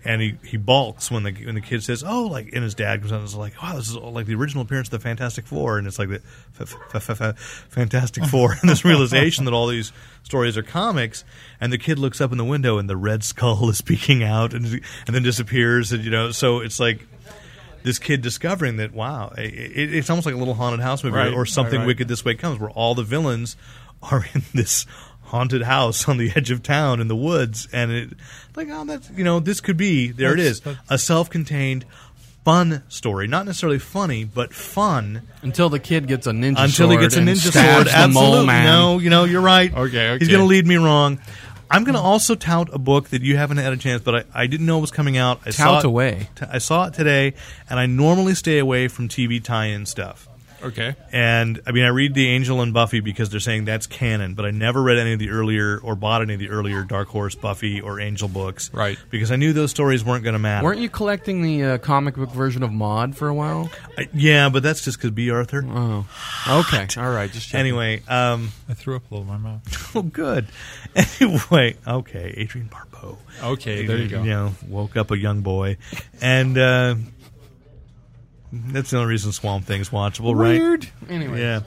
S3: and he, he balks when the when the kid says oh like and his dad comes out and is like wow this is all like the original appearance of the Fantastic Four and it's like the f- f- f- f- Fantastic Four and this realization that all these stories are comics and the kid looks up in the window and the Red Skull is peeking out and and then disappears and you know so it's like this kid discovering that wow it, it, it's almost like a little haunted house movie
S5: Right,
S3: or something
S5: right, right.
S3: wicked this way comes where all the villains are in this haunted house on the edge of town in the woods and it like oh that's you know this could be there it
S5: That's-
S3: is a self-contained fun story not necessarily funny but fun
S2: it until the kid gets a ninja
S3: until he
S2: sword
S3: gets a
S2: and
S3: ninja sword
S2: stabs the mole
S3: absolutely
S2: man.
S3: no you know you're right
S5: Okay, okay.
S3: he's going to lead me wrong i'm going to also tout a book that you haven't had a chance but i, I didn't know was coming out i saw
S2: Tout
S3: it-
S2: away.
S3: t- I saw it today and i normally stay away from tv tie-in stuff
S5: Okay.
S3: and I mean, I read the Angel and Buffy because they're saying that's canon, but I never read any of the earlier or bought any of the earlier Dark Horse, Buffy, or Angel books,
S5: Right.
S3: Because I knew those stories weren't going to matter.
S2: Weren't you collecting the uh, comic book version of Mod for a while?
S3: I- yeah, but that's just because B. Arthur.
S2: Oh, okay, all right. Just checking.
S3: Anyway, um,
S5: I threw up a little in my mouth.
S3: oh, good. Anyway, okay, Adrian Barbeau.
S5: Okay, there you go.
S3: know, woke up a young boy, and uh, that's the only reason Swamp Thing's watchable,
S2: Weird.
S3: right?
S2: Anyway,
S3: Yeah,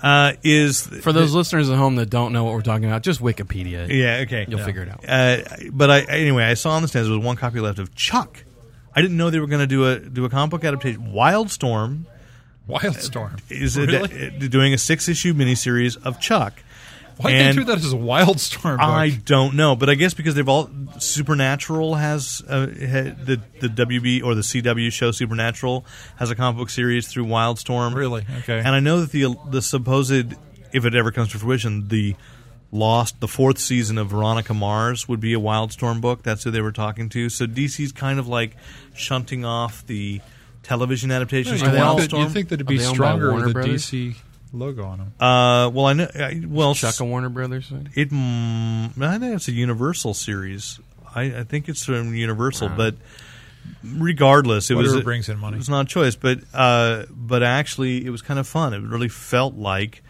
S3: uh, is
S2: for those listeners at home that don't know what we're talking about, just Wikipedia. it.
S3: Yeah, okay.
S2: You'll figure it out.
S3: Uh, but I anyway, I saw on the stands there was one copy left of Chuck. I didn't know they were going to do a do a comic book adaptation. Wildstorm
S5: Wildstorm.
S3: is
S5: really?
S3: ad- uh, doing a six issue miniseries of Chuck.
S5: Why
S3: and-
S5: they do that as a Wildstorm book?
S3: I don't know, but I guess because they've all Supernatural has uh, ha- the the WB or the CW show Supernatural has a comic book series through Wildstorm.
S5: Really? Okay.
S3: And I know that the the supposed, if it ever comes to fruition, the lost the fourth season of Veronica Mars would be a Wildstorm book. That's who they were talking to. So DC's kind of like shunting off the television adaptations
S5: you,
S3: to
S2: they all-
S5: think that,
S3: Wildstorm.
S5: you think that'd
S2: Are
S5: be
S2: they owned by
S5: stronger
S2: Warner
S5: with a
S2: Brothers?
S5: DC logo on them?
S3: uh, well, I know. I, well,
S2: Chuck a Warner Brothers thing.
S3: It, mm, I think it's a Universal series. I, I think it's from Universal, but regardless, it was
S5: Uh-huh. Whatever
S3: a-
S5: brings in money.
S3: It was not a choice, but uh, but actually, it was kind of fun. It really felt like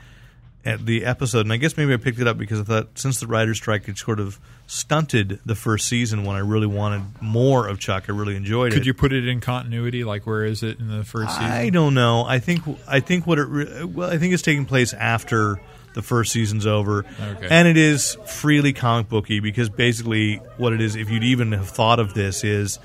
S3: at the episode, and I guess maybe I picked it up because I thought since the writer's strike had sort of stunted the first season, when I really wanted more of Chuck, I really enjoyed it.
S5: Could you put it in continuity? Like, where is it in the first season?
S3: I don't know. I think I think what it re- well, I think it's taking place after The first season's over,
S5: Okay.
S3: and it is freely comic booky because basically what it is, if you'd even have thought of this, is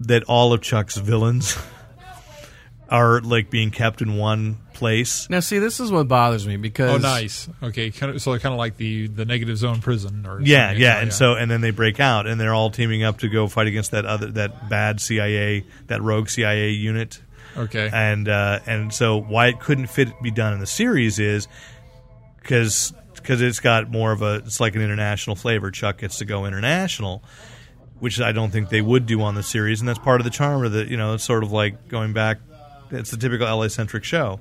S3: that all of Chuck's villains are like being kept in one place.
S2: Now, see, this is what bothers me because
S5: Oh, nice. Okay, kind of, so kind of like the the negative zone prison, or
S3: Yeah,
S5: something.
S3: yeah, and so and then they break out, and they're all teaming up to go fight against that other that bad CIA, that rogue CIA unit,
S5: okay,
S3: and uh, and so why it couldn't fit be done in the series is because it's got more of a it's like an international flavor. Chuck gets to go international, which I don't think they would do on the series, and that's part of the charm of the you know it's sort of like going back. It's the typical LA centric show.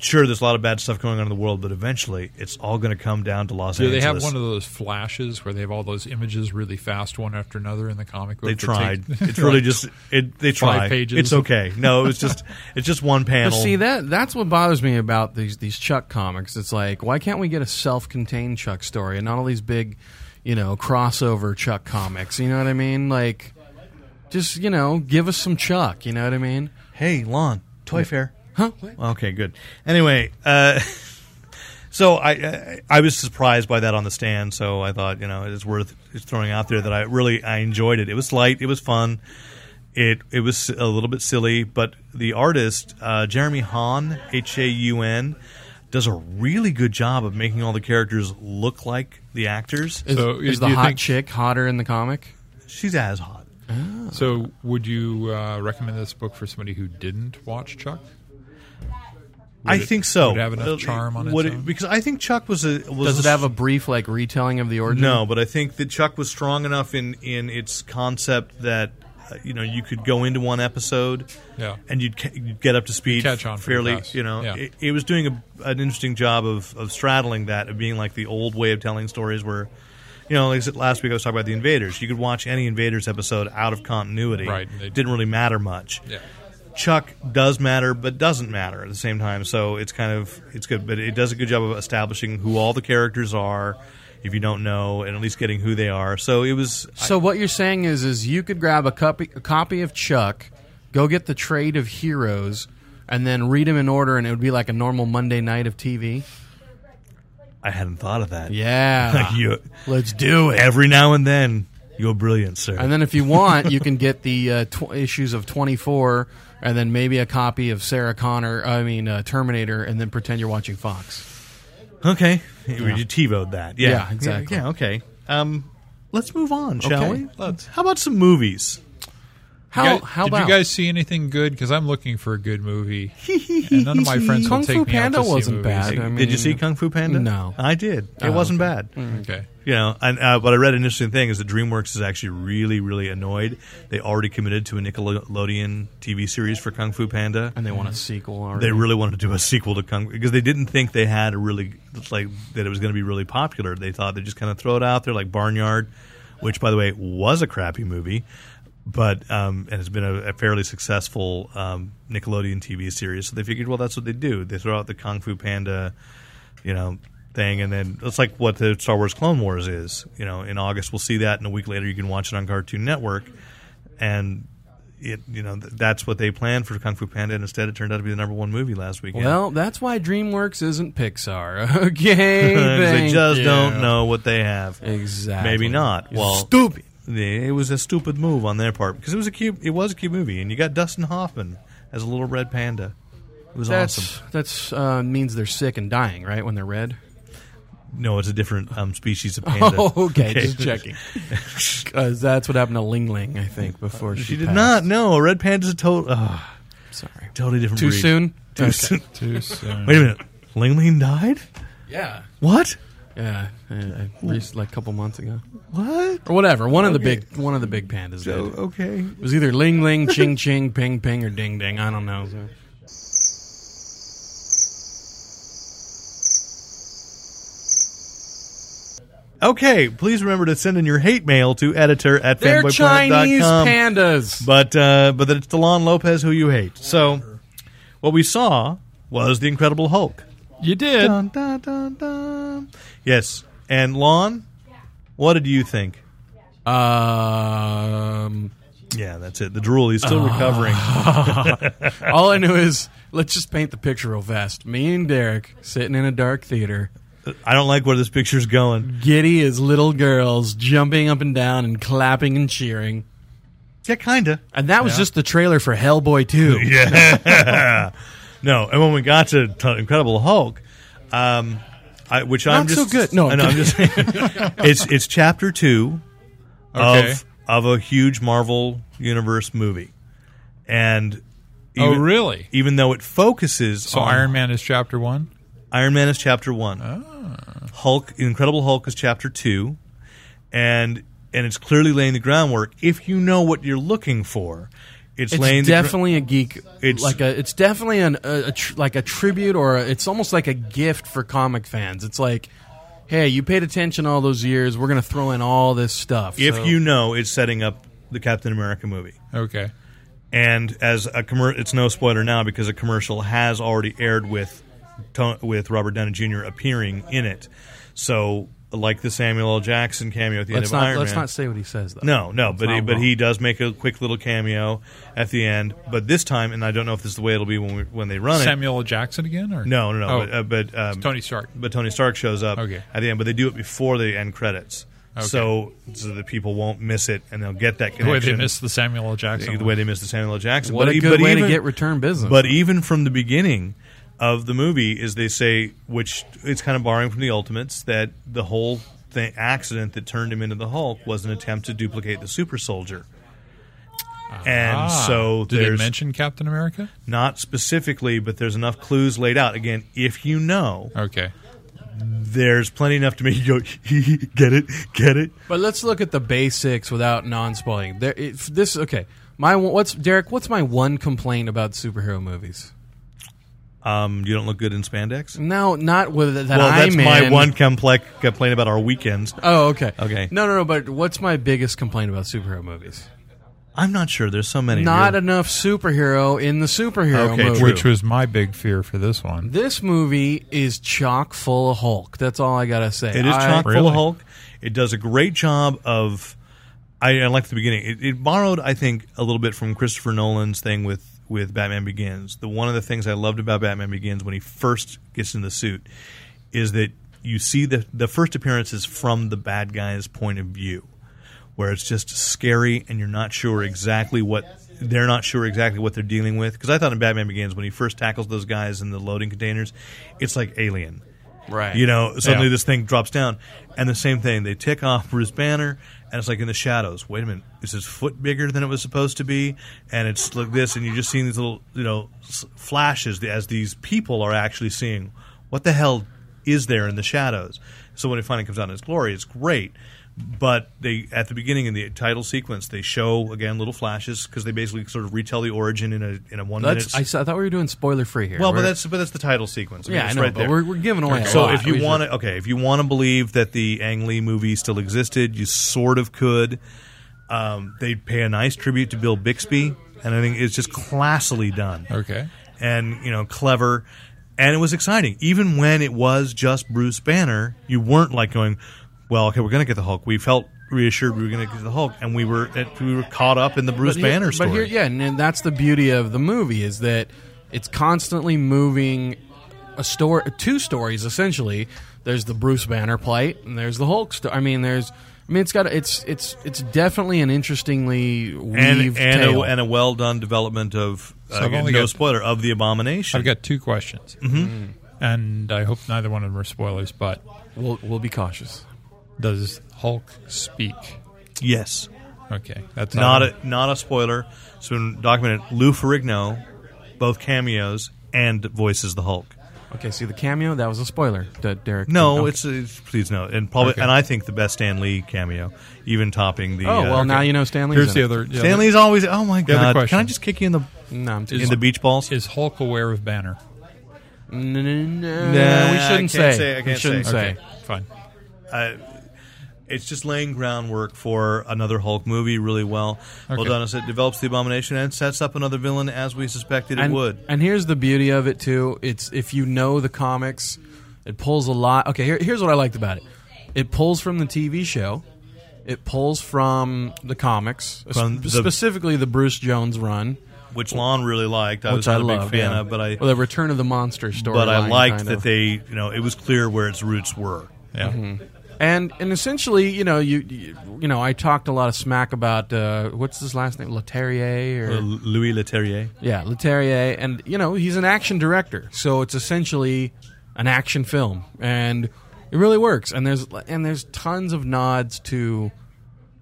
S3: Sure, there's a lot of bad stuff going on in the world, but eventually it's all going to come down to Los
S5: Do they
S3: Angeles.
S5: have one of those flashes where they have all those images really fast, one after another, in the comic book?
S3: They
S5: that
S3: tried.
S5: takes-
S3: it's really just it. They tried.
S5: Five pages.
S3: It's okay. No, it was just it's just one
S2: But
S3: panel.
S2: see that that's what bothers me about these these Chuck comics. It's like why can't we get a self-contained Chuck story and not all these big, you know, crossover Chuck comics? You know what I mean? Like, just you know, give us some Chuck. You know what I mean?
S3: hey, Lon, Toy Fair.
S2: Huh?
S3: Okay, good. Anyway, uh, so I, I I was surprised by that on the stand. So I thought you know it's worth just throwing out there that I really I enjoyed it. It was light. It was fun. It it was a little bit silly, but the artist uh, Jeremy Hahn H A U N does a really good job of making all the characters look like the actors.
S2: Is,
S5: So,
S2: is
S5: do
S2: the
S5: you
S2: hot
S5: think-
S2: chick hotter in the comic?
S3: She's as hot.
S5: So, would you uh, recommend this book for somebody who didn't watch Chuck?
S3: I
S5: it-
S3: think so.
S5: would it have enough
S3: Uh,
S5: charm on its
S3: would
S5: own?
S3: because I think Chuck was a was
S2: Does it
S3: a
S2: have a brief like retelling of the origin?
S3: No, but I think that Chuck was strong enough in in its concept that uh, you know you could go into one episode
S5: Yeah.
S3: and you'd, ca- you'd get up to speed
S5: Catch on pretty
S3: fairly.
S5: fast.
S3: You know,
S5: Yeah.
S3: it, it was doing a, an interesting job of of straddling that of being like the old way of telling stories where. You know, like I said, last week I was talking about the Invaders. You could watch any Invaders episode out of continuity.
S5: Right, and they-
S3: Didn't really matter much.
S5: Yeah.
S3: Chuck does matter, but doesn't matter at the same time. So it's kind of it's good, but it does a good job of establishing who all the characters are, if you don't know, and at least getting who they are. So it was
S2: So what you're saying is, is you could grab a copy, a copy of Chuck, go get the trade of Heroes, and then read them in order, and it would be like a normal Monday night of TV.
S3: I hadn't thought of that.
S2: Yeah,
S3: Like you,
S2: let's do it.
S3: every now and then you're brilliant, sir.
S2: And then if you want, you can get the uh, tw- issues of 24 and then maybe a copy of Sarah Connor, I mean uh, Terminator, and then pretend you're watching Fox.
S3: okay, you TiVoed that. Yeah,
S2: Yeah, exactly.
S3: Yeah, okay. Um, let's move on, shall
S2: Okay,
S3: we? Let's. How about some movies?
S2: How,
S5: You guys-
S2: how
S5: did
S2: about
S5: you guys see anything good? Because I'm looking for a good movie, and none of my friends
S2: Kung
S5: will
S2: Fu
S5: take me
S2: Panda
S5: out to see
S2: wasn't
S5: movies.
S2: bad. I
S3: did you
S2: mean-
S3: see Kung Fu Panda?
S2: No. Oh, Mm.
S3: I did. It wasn't bad.
S5: Okay,
S3: you know, and uh, what I read an interesting thing is that DreamWorks is actually really, really annoyed. They already committed to a Nickelodeon TV series for Kung Fu Panda.
S2: And they want a sequel already.
S3: They really wanted to do a sequel to Kung because they didn't think they had a really like that it was going to be really popular. They thought they'd just kind of throw it out there like Barnyard, which by the way was a crappy movie, but um, and it's been a, a fairly successful um, Nickelodeon TV series. So they figured, well, that's what they do. They throw out the Kung Fu Panda you know thing and then it's like what the star wars clone wars is you know in august we'll see that and a week later you can watch it on cartoon network and it you know th- that's what they planned for kung fu panda and instead it turned out to be the number one movie last weekend
S2: Well, that's why DreamWorks isn't Pixar. Okay,
S3: 'Cause they
S2: thank
S3: just
S2: you.
S3: don't know what they have
S2: Exactly.
S3: maybe not
S2: You're
S3: well
S2: stupid.
S3: they- it was a stupid move on their part because it was a cute it was a cute movie and you got dustin hoffman as a little red panda it was
S2: That's
S3: awesome
S2: that's uh, means they're sick and dying, right? When they're red.
S3: no it's a different um, species of panda
S2: Oh, okay, just checking. Because that's what happened to Ling Ling, I think, before she,
S3: she did
S2: passed.
S3: not no a red panda's a total ugh.
S2: Sorry.
S3: Totally different.
S2: Too
S3: breed.
S2: soon.
S3: Too soon.
S5: too soon.
S3: Wait a minute. Ling Ling died.
S2: Yeah.
S3: What?
S2: Yeah, uh, uh, rec- like a couple months ago,
S3: What?
S2: or whatever. One of the big, one of the big pandas
S3: Oh,
S2: did.
S3: okay.
S2: It was either Ling Ling, Ching Ching, Ping Ping, or Ding Ding. I don't know.
S3: Okay. Please remember to send in your hate mail to editor at
S2: They're Chinese
S3: fanboyplanet.com.
S2: pandas.
S3: But uh, but that it's Delon Lopez who you hate. So what we saw was the Incredible Hulk.
S5: You did.
S3: Dun, dun, dun, dun. Yes. And Lon, what did you think?
S2: Um,
S3: Yeah, that's it. The drool. He's still recovering.
S2: all I knew is let's just paint the picture real fast. Me and Derek sitting in a dark theater,
S3: I don't like where this picture's going.
S2: Giddy as little girls jumping up and down and clapping and cheering.
S3: Yeah, kinda.
S2: And that was just the trailer for Hellboy 2.
S3: No, and when we got to t- Incredible Hulk, um, I, which
S2: Not
S3: I'm just
S2: so good. No,
S3: I know, I'm just. it's it's chapter two
S5: Okay.
S3: of of a huge Marvel universe movie, and
S5: oh,
S3: even-
S5: really?
S3: Even though it focuses
S5: So
S3: on
S5: Iron Man is chapter one.
S3: Iron Man is chapter one. Hulk, Incredible Hulk is chapter two, and and it's clearly laying the groundwork. If you know what you're looking for, it's, laying
S2: It's
S3: the gr-
S2: definitely a geek.
S3: It's-
S2: It's like a. It's definitely an a, a tr- like a tribute or a, it's almost like a gift for comic fans. It's like, hey, you paid attention all those years. We're gonna throw in all this stuff.
S3: if
S2: So-
S3: you know it's setting up the Captain America movie.
S5: Okay.
S3: And as a commer- it's no spoiler now because a commercial has already aired with To- with Robert Downey Jr. appearing in it. So like the Samuel L. Jackson cameo at the
S2: let's
S3: end of
S2: not
S3: Iron
S2: let's
S3: Man.
S2: not say what he says though.
S3: No, no, but
S2: not
S3: he, but he
S2: wrong.
S3: does make a quick little cameo at the end. But this time, and I don't know if this is the way it'll be when we, when they run it.
S5: Samuel L. Jackson again, or
S3: No, no, no.
S5: Oh,
S3: But, uh, but um,
S5: Tony Stark.
S3: But Tony Stark shows up
S5: Okay.
S3: at the end. But they do it before the end credits, so so that people won't miss it and they'll get that
S5: the way
S3: connection.
S5: they missed the Samuel L. Jackson.
S3: the way they missed the Samuel L. Jackson.
S2: What a
S3: but, e-
S2: good
S3: but
S2: way
S3: even,
S2: to get return business.
S3: But even from the beginning of the movie, is they say which it's kind of borrowing from the Ultimates that the whole thing, accident that turned him into the Hulk was an attempt to duplicate the Super Soldier. And
S5: Ah,
S3: so
S5: did they
S3: there's
S5: mention Captain America?
S3: not specifically, but there's enough clues laid out. Again, if you know,
S5: Okay.
S3: there's plenty enough to make you go, get it, get it.
S2: But let's look at the basics without non-spoiling. There, if this okay. My one- what's Derek? What's my one complaint about superhero movies?
S3: Um, you don't look good in spandex.
S2: No, not with that.
S3: well, that's
S2: I'm
S3: my
S2: in.
S3: one complex complaint about our weekends.
S2: Oh, okay.
S3: Okay.
S2: No, no, no. But what's my biggest complaint about superhero movies?
S3: I'm not sure. There's so many.
S2: Not
S3: really.
S2: enough superhero in the superhero
S3: Okay,
S2: movie.
S3: true.
S5: Which was my big fear for this one.
S2: This movie is chock full of Hulk. That's all I gotta say.
S3: It is
S2: I-
S3: chock full
S5: Really?
S3: of Hulk. It does a great job of. I, I like the beginning. It, it borrowed, I think, a little bit from Christopher Nolan's thing with with Batman Begins. The one of the things I loved about Batman Begins when he first gets in the suit is that you see the the first appearance is from the bad guy's point of view, where it's just scary and you're not sure exactly what they're not sure exactly what they're dealing with. Because I thought in Batman Begins when he first tackles those guys in the loading containers, it's like Alien.
S2: right.
S3: You know, suddenly
S5: Yeah.
S3: this thing drops down, and the same thing. They tick off Bruce Banner, and it's like in the shadows. Wait a minute, is his foot bigger than it was supposed to be? And it's like this, and you're just seeing these little, you know, s- flashes as these people are actually seeing what the hell is there in the shadows. So when it finally comes out in its glory, it's great. But they at the beginning in the title sequence, they show again little flashes because they basically sort of retell the origin in a in a one
S2: That's, I,
S3: minute.
S2: s- I thought we were doing spoiler free here.
S3: Well, but
S2: We're-
S3: that's but that's the title sequence. I mean,
S2: yeah, I
S3: it's
S2: know.
S3: right
S2: but
S3: there.
S2: we're, we're giving away. a
S3: So
S2: lot.
S3: if you
S2: We
S3: want to, okay, if you want to believe that the Ang Lee movie still existed, you sort of could. Um, they pay a nice tribute to Bill Bixby, and I think it's just classily done
S5: Okay.
S3: and you know clever, and it was exciting. Even when it was just Bruce Banner, you weren't like going, "Well, okay, we're going to get the Hulk." We felt reassured we were going to get the Hulk, and we were we were caught up in the Bruce
S2: here-
S3: Banner story.
S2: But here, yeah, and, and that's the beauty of the movie is that it's constantly moving a story, two stories essentially. There's the Bruce Banner plight, and there's the Hulk. Sto- I mean, there's. I mean, it's got. a- It's it's it's definitely an interestingly
S3: and
S2: weaved
S3: and a,
S2: tale.
S3: and a well done development of uh,
S5: I've
S3: again,
S5: only
S3: no
S5: got-
S3: spoiler of the Abomination.
S5: I've got two questions.
S3: Mm-hmm.
S5: And I hope neither one of them are spoilers, but
S2: we'll we'll be cautious.
S5: does Hulk speak?
S3: yes.
S5: Okay. That's
S3: not
S5: all.
S3: a not a spoiler. It's been documented. Lou Ferrigno, both cameos and voices the Hulk.
S2: Okay, see the cameo that was a spoiler, D- Derek.
S3: No,
S2: Okay.
S3: it's, it's please no, and probably
S5: Okay.
S3: and I think the best Stan Lee cameo, even topping the.
S2: Oh
S3: uh,
S2: well, now you know Stanley.
S5: Here's the other. the
S3: Stan
S5: other-
S3: Lee's always. Oh my
S5: other
S3: god! Can
S5: question.
S3: I just kick you in the
S2: No, I'm
S3: in the beach balls?
S5: Is Hulk aware of Banner?
S2: no, no, no,
S3: Nah,
S2: we
S3: I
S2: shouldn't
S3: can't
S2: say.
S3: say- I
S2: we
S3: can't
S2: shouldn't say.
S5: Okay. Fine.
S3: it's just laying groundwork for another Hulk movie really well. Well
S5: Okay.
S3: done. As it develops the abomination and sets up another villain as we suspected it
S2: and,
S3: would.
S2: And here's the beauty of it too. It's if you know the comics, it pulls a lot. Okay, here, here's what I liked about it. It pulls from the TV show. It pulls from the comics,
S3: From
S2: sp-
S3: the-
S2: specifically the Bruce Jones run.
S3: which Lon really liked. I was
S2: which I
S3: not a
S2: love.
S3: big fan
S2: yeah.
S3: of, but I
S2: well, the Return of the Monster story.
S3: but I liked that they you know it was clear where its roots were. Yeah.
S2: Mm-hmm. and and essentially, you know, you you you know, I talked a lot of smack about uh, what's his last name, Leterrier, or
S3: Uh, Louis Leterrier.
S2: yeah, Leterrier, and you know, he's an action director, so it's essentially an action film, and it really works. And there's and there's tons of nods to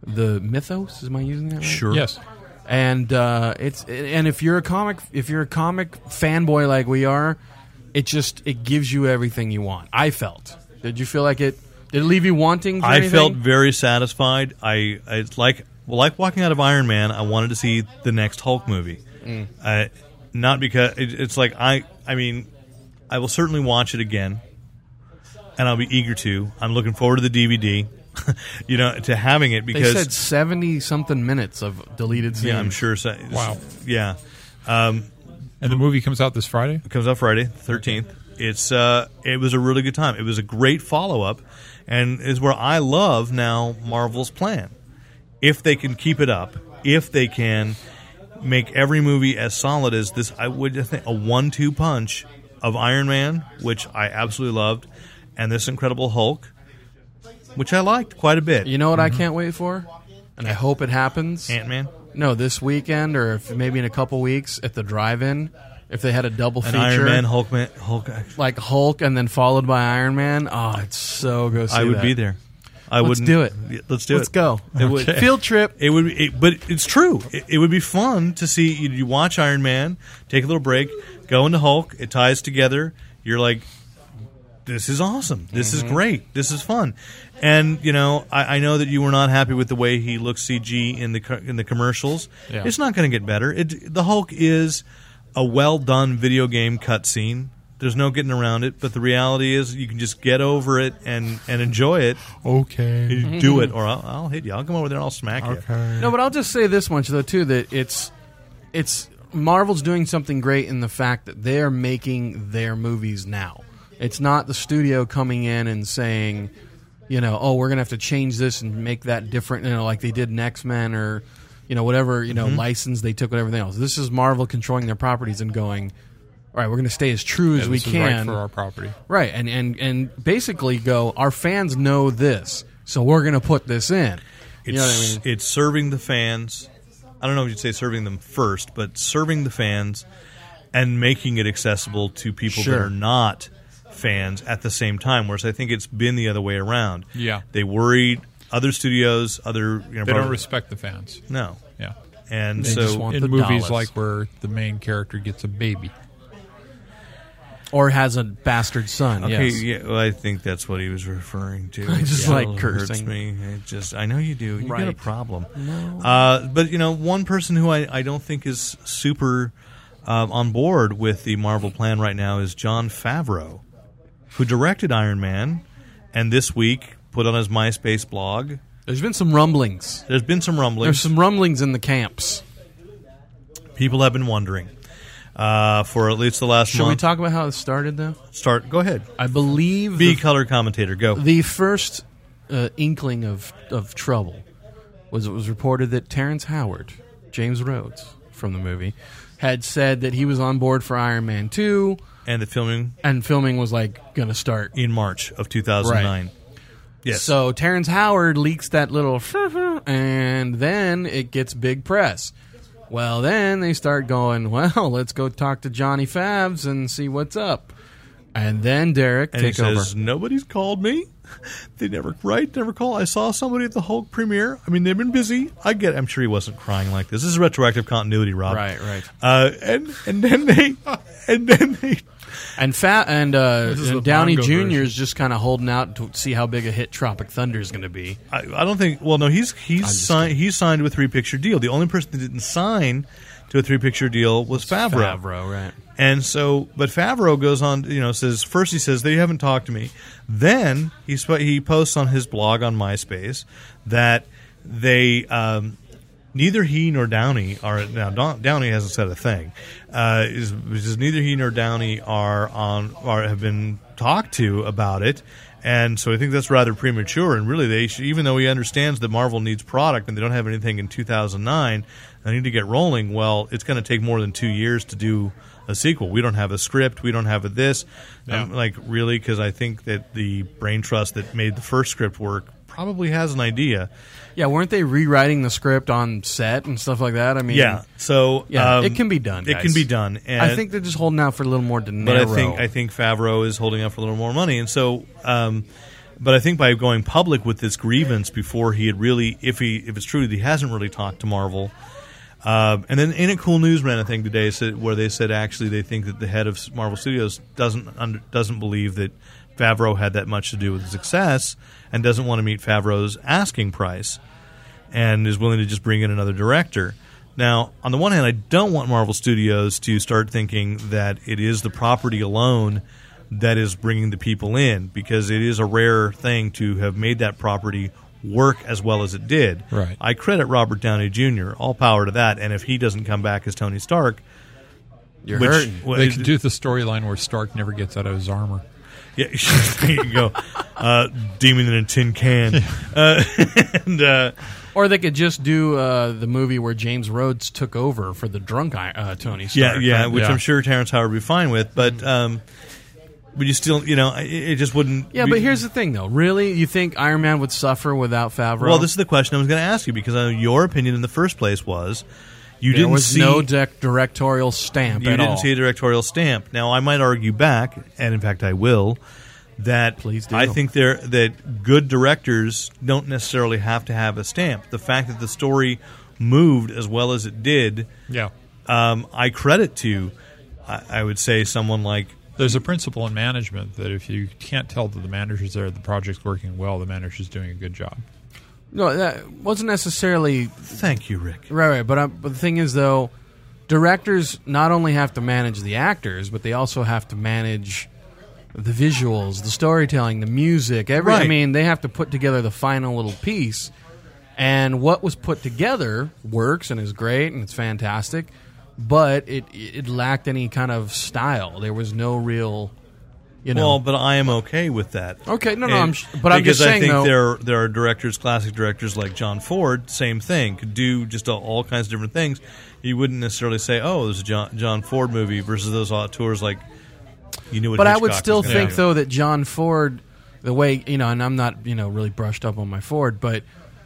S2: the mythos. Am I using that right?
S3: Sure.
S5: Yes.
S2: and uh, it's and if you're a comic if you're a comic fanboy like we are, it just it gives you everything you want. I felt. Did you feel like it? Did it leave you wanting? For
S3: I
S2: anything?
S3: felt very satisfied. I it's like well, like walking out of Iron Man. I wanted to see the next Hulk movie.
S2: Mm.
S3: Uh, not because it, it's like I I mean I will certainly watch it again, and I'll be eager to. I'm looking forward to the DVD. you know, to having it
S2: they
S3: because
S2: said seventy something minutes of deleted scenes.
S3: yeah, I'm sure. So,
S5: Wow.
S3: Yeah.
S5: And the movie comes out this Friday.
S3: It comes out Friday, thirteenth. It's uh, it was a really good time. It was a great follow up, and is where I love now Marvel's plan. If they can keep it up, if they can make every movie as solid as this, I would just think a one two punch of Iron Man, which I absolutely loved, and this Incredible Hulk, which I liked quite a bit.
S2: You know what I can't wait for, and I hope it happens.
S3: Ant Man,
S2: no, this weekend or if maybe in a couple weeks at the drive-in, if they had a double
S3: an
S2: feature.
S3: Iron Man, Hulk Man, Hulk. I,
S2: like Hulk and then followed by Iron Man. Oh, it's so go see
S3: I would
S2: that.
S3: be there. I
S2: Let's
S3: wouldn't
S2: do it.
S3: Yeah, Let's do
S2: Let's
S3: it.
S2: go.
S3: It would-
S2: Field trip.
S3: It would, be, it, but it's true. It, it would be fun to see you, you watch Iron Man, take a little break, go into Hulk. It ties together. You're like, this is awesome. This is great. This is fun. And you know, I, I know that you were not happy with the way he looks CG in the co- in the commercials.
S5: Yeah.
S3: It's not going to get better. It, the Hulk is a well done video game cutscene. There's no getting around it. But the reality is, you can just get over it and and enjoy it.
S5: Okay.
S3: You do it, or I'll, I'll hit you. I'll come over there and I'll smack you.
S2: No, but I'll just say this much though too that it's it's Marvel's doing something great in the fact that they're making their movies now. It's not the studio coming in and saying, you know, oh, we're gonna have to change this and make that different, you know, like they did in X Men or you know whatever you know
S5: Mm-hmm.
S2: license they took with everything else. This is Marvel controlling their properties and going, all right, we're gonna stay as true as
S5: Yeah,
S2: we
S5: this is
S2: can
S5: right for our property.
S2: Right, and and and basically go. Our fans know this, so we're going to put this in.
S3: It's,
S2: you know what I mean?
S3: it's serving the fans. I don't know if you'd say serving them first, but serving the fans and making it accessible to people that
S2: Sure.
S3: are not fans at the same time. Whereas I think it's been the other way around.
S5: Yeah.
S3: they worried other studios, other you know,
S5: They don't
S3: probably-
S5: respect the fans.
S3: no,
S5: Yeah.
S3: and
S2: They
S3: so
S2: just want
S5: In
S2: the
S5: movies
S2: dollars.
S5: like where the main character gets a baby.
S2: Or has a bastard son.
S3: Okay,
S2: yes.
S3: yeah, well, I think that's what he was referring to. It
S2: just
S3: still
S2: like
S3: hurts
S2: cursing.
S3: me. It just, I know you do. You got a
S2: Right.
S3: problem. Uh, but you know, one person who I, I don't think is super um, on board with the Marvel plan right now is John Favreau, who directed Iron Man, and this week put on his MySpace blog.
S2: There's been some rumblings.
S3: There's been some rumblings.
S2: There's some rumblings in the camps.
S3: People have been wondering uh, for at least the last
S2: Should we
S3: month.
S2: talk about how it started, though?
S3: Start. Go ahead.
S2: I believe
S3: Be
S2: the,
S3: color commentator. Go.
S2: the first uh, inkling of, of trouble was it was reported that Terrence Howard, James Rhodes from the movie, had said that he was on board for Iron Man 2
S3: and the filming
S2: and filming was like going to start
S3: in March of 2009. Yes.
S2: So Terrence Howard leaks that little, and then it gets big press. Well, then they start going, well, let's go talk to Johnny Fabs and see what's up. And then Derek
S3: and
S2: take
S3: he
S2: over.
S3: says, "Nobody's called me. They never write, never call. I saw somebody at the Hulk premiere. I mean, they've been busy. I get. I'm sure he wasn't crying like this. This is retroactive continuity, Rob.
S2: Right, right.
S3: Uh, and and then they and then they
S2: And Fa- and, uh,
S5: is
S2: and
S5: the
S2: Downey
S5: Bongo
S2: Jr.
S5: version.
S2: is just kind of holding out to see how big a hit Tropic Thunder is going to be.
S3: I, I don't think. Well, no, he's he's
S2: just
S3: signed. He signed to a three picture deal. The only person that didn't sign to a three picture deal was Favreau.
S2: Favreau, right?
S3: And so, but Favreau goes on, you know, says first he says they haven't talked to me. Then he sp- he posts on his blog on MySpace that they um, neither he nor Downey are now Don, Downey hasn't said a thing. Uh, is, is neither he nor Downey are on are have been talked to about it. And so I think that's rather premature. And really, they should, even though he understands that Marvel needs product and they don't have anything in 2009, they need to get rolling. Well, it's going to take more than two years to do a sequel. We don't have a script. We don't have a this. Um, like really, because I think that the brain trust that made the first script work probably has an idea.
S2: Yeah, weren't they rewriting the script on set and stuff like that? I mean,
S3: Yeah. So
S2: yeah,
S3: um,
S2: it can be done.
S3: It can
S2: guys.
S3: be done. And
S2: I think they're just holding out for a little more De Niro.
S3: but I think I think Favreau is holding out for a little more money, and so. Um, but I think by going public with this grievance before he had really, if he if it's true that he hasn't really talked to Marvel, uh, and then in a cool news ran a thing today said, where they said actually they think that the head of Marvel Studios doesn't under, doesn't believe that Favreau had that much to do with the success and doesn't want to meet Favreau's asking price and is willing to just bring in another director. Now, on the one hand, I don't want Marvel Studios to start thinking that it is the property alone that is bringing the people in because it is a rare thing to have made that property work as well as it did.
S5: Right.
S3: I credit Robert Downey Jr. all power to that and if he doesn't come back as Tony Stark,
S2: You're
S3: which
S2: hurting.
S3: well,
S5: they
S3: it-
S5: could do the storyline where Stark never gets out of his armor.
S3: Yeah, there you go. Uh, demon in a tin can. Uh, and uh,
S2: Or they could just do uh, the movie where James Rhodes took over for the drunk I- uh, Tony
S3: Yeah,
S2: Stark.
S3: yeah,
S2: right?
S3: which
S5: Yeah.
S3: I'm sure Terrence Howard would be fine with, but um, but you still, you know, I- it, it just wouldn't.
S2: Yeah,
S3: be-
S2: but here's the thing, though. Really, you think Iron Man would suffer without Favreau?
S3: well, this is the question I was going to ask you because I know your opinion in the first place was you
S2: there
S3: didn't
S2: was
S3: see
S2: no dec- directorial stamp
S3: you
S2: at
S3: didn't
S2: all.
S3: see a directorial stamp. Now I might argue back, and in fact I will, that
S2: Please do.
S3: I think there that good directors don't necessarily have to have a stamp. The fact that the story moved as well as it did,
S5: Yeah.
S3: um, I credit to, I, I would say someone like
S5: There's a principle in management that if you can't tell that the manager's there, the project's working well, the manager's doing a good job.
S2: no, that wasn't necessarily
S3: thank you, Rick.
S2: right. Right, but, um, but the thing is, though, directors not only have to manage the actors, but they also have to manage the visuals, the storytelling, the music. Every, I
S3: Right.
S2: mean, they have to put together the final little piece. And what was put together works and is great and it's fantastic, but it it lacked any kind of style. There was no real, you know.
S3: Well, but I am okay with that.
S2: Okay, no, no,
S3: And-
S2: I'm sh- but I'm
S3: because
S2: just
S3: I
S2: saying,
S3: think
S2: though-
S3: there are, there are directors, classic directors like John Ford, same thing, could do just all, all kinds of different things. You wouldn't necessarily say, "Oh, there's a John, John Ford movie" versus those auteurs like you knew what.
S2: but I
S3: Hitchcock
S2: would
S3: was
S2: still
S3: gonna
S2: think
S3: do.
S2: though that John Ford, the way you know, and I'm not you know really brushed up on my Ford, but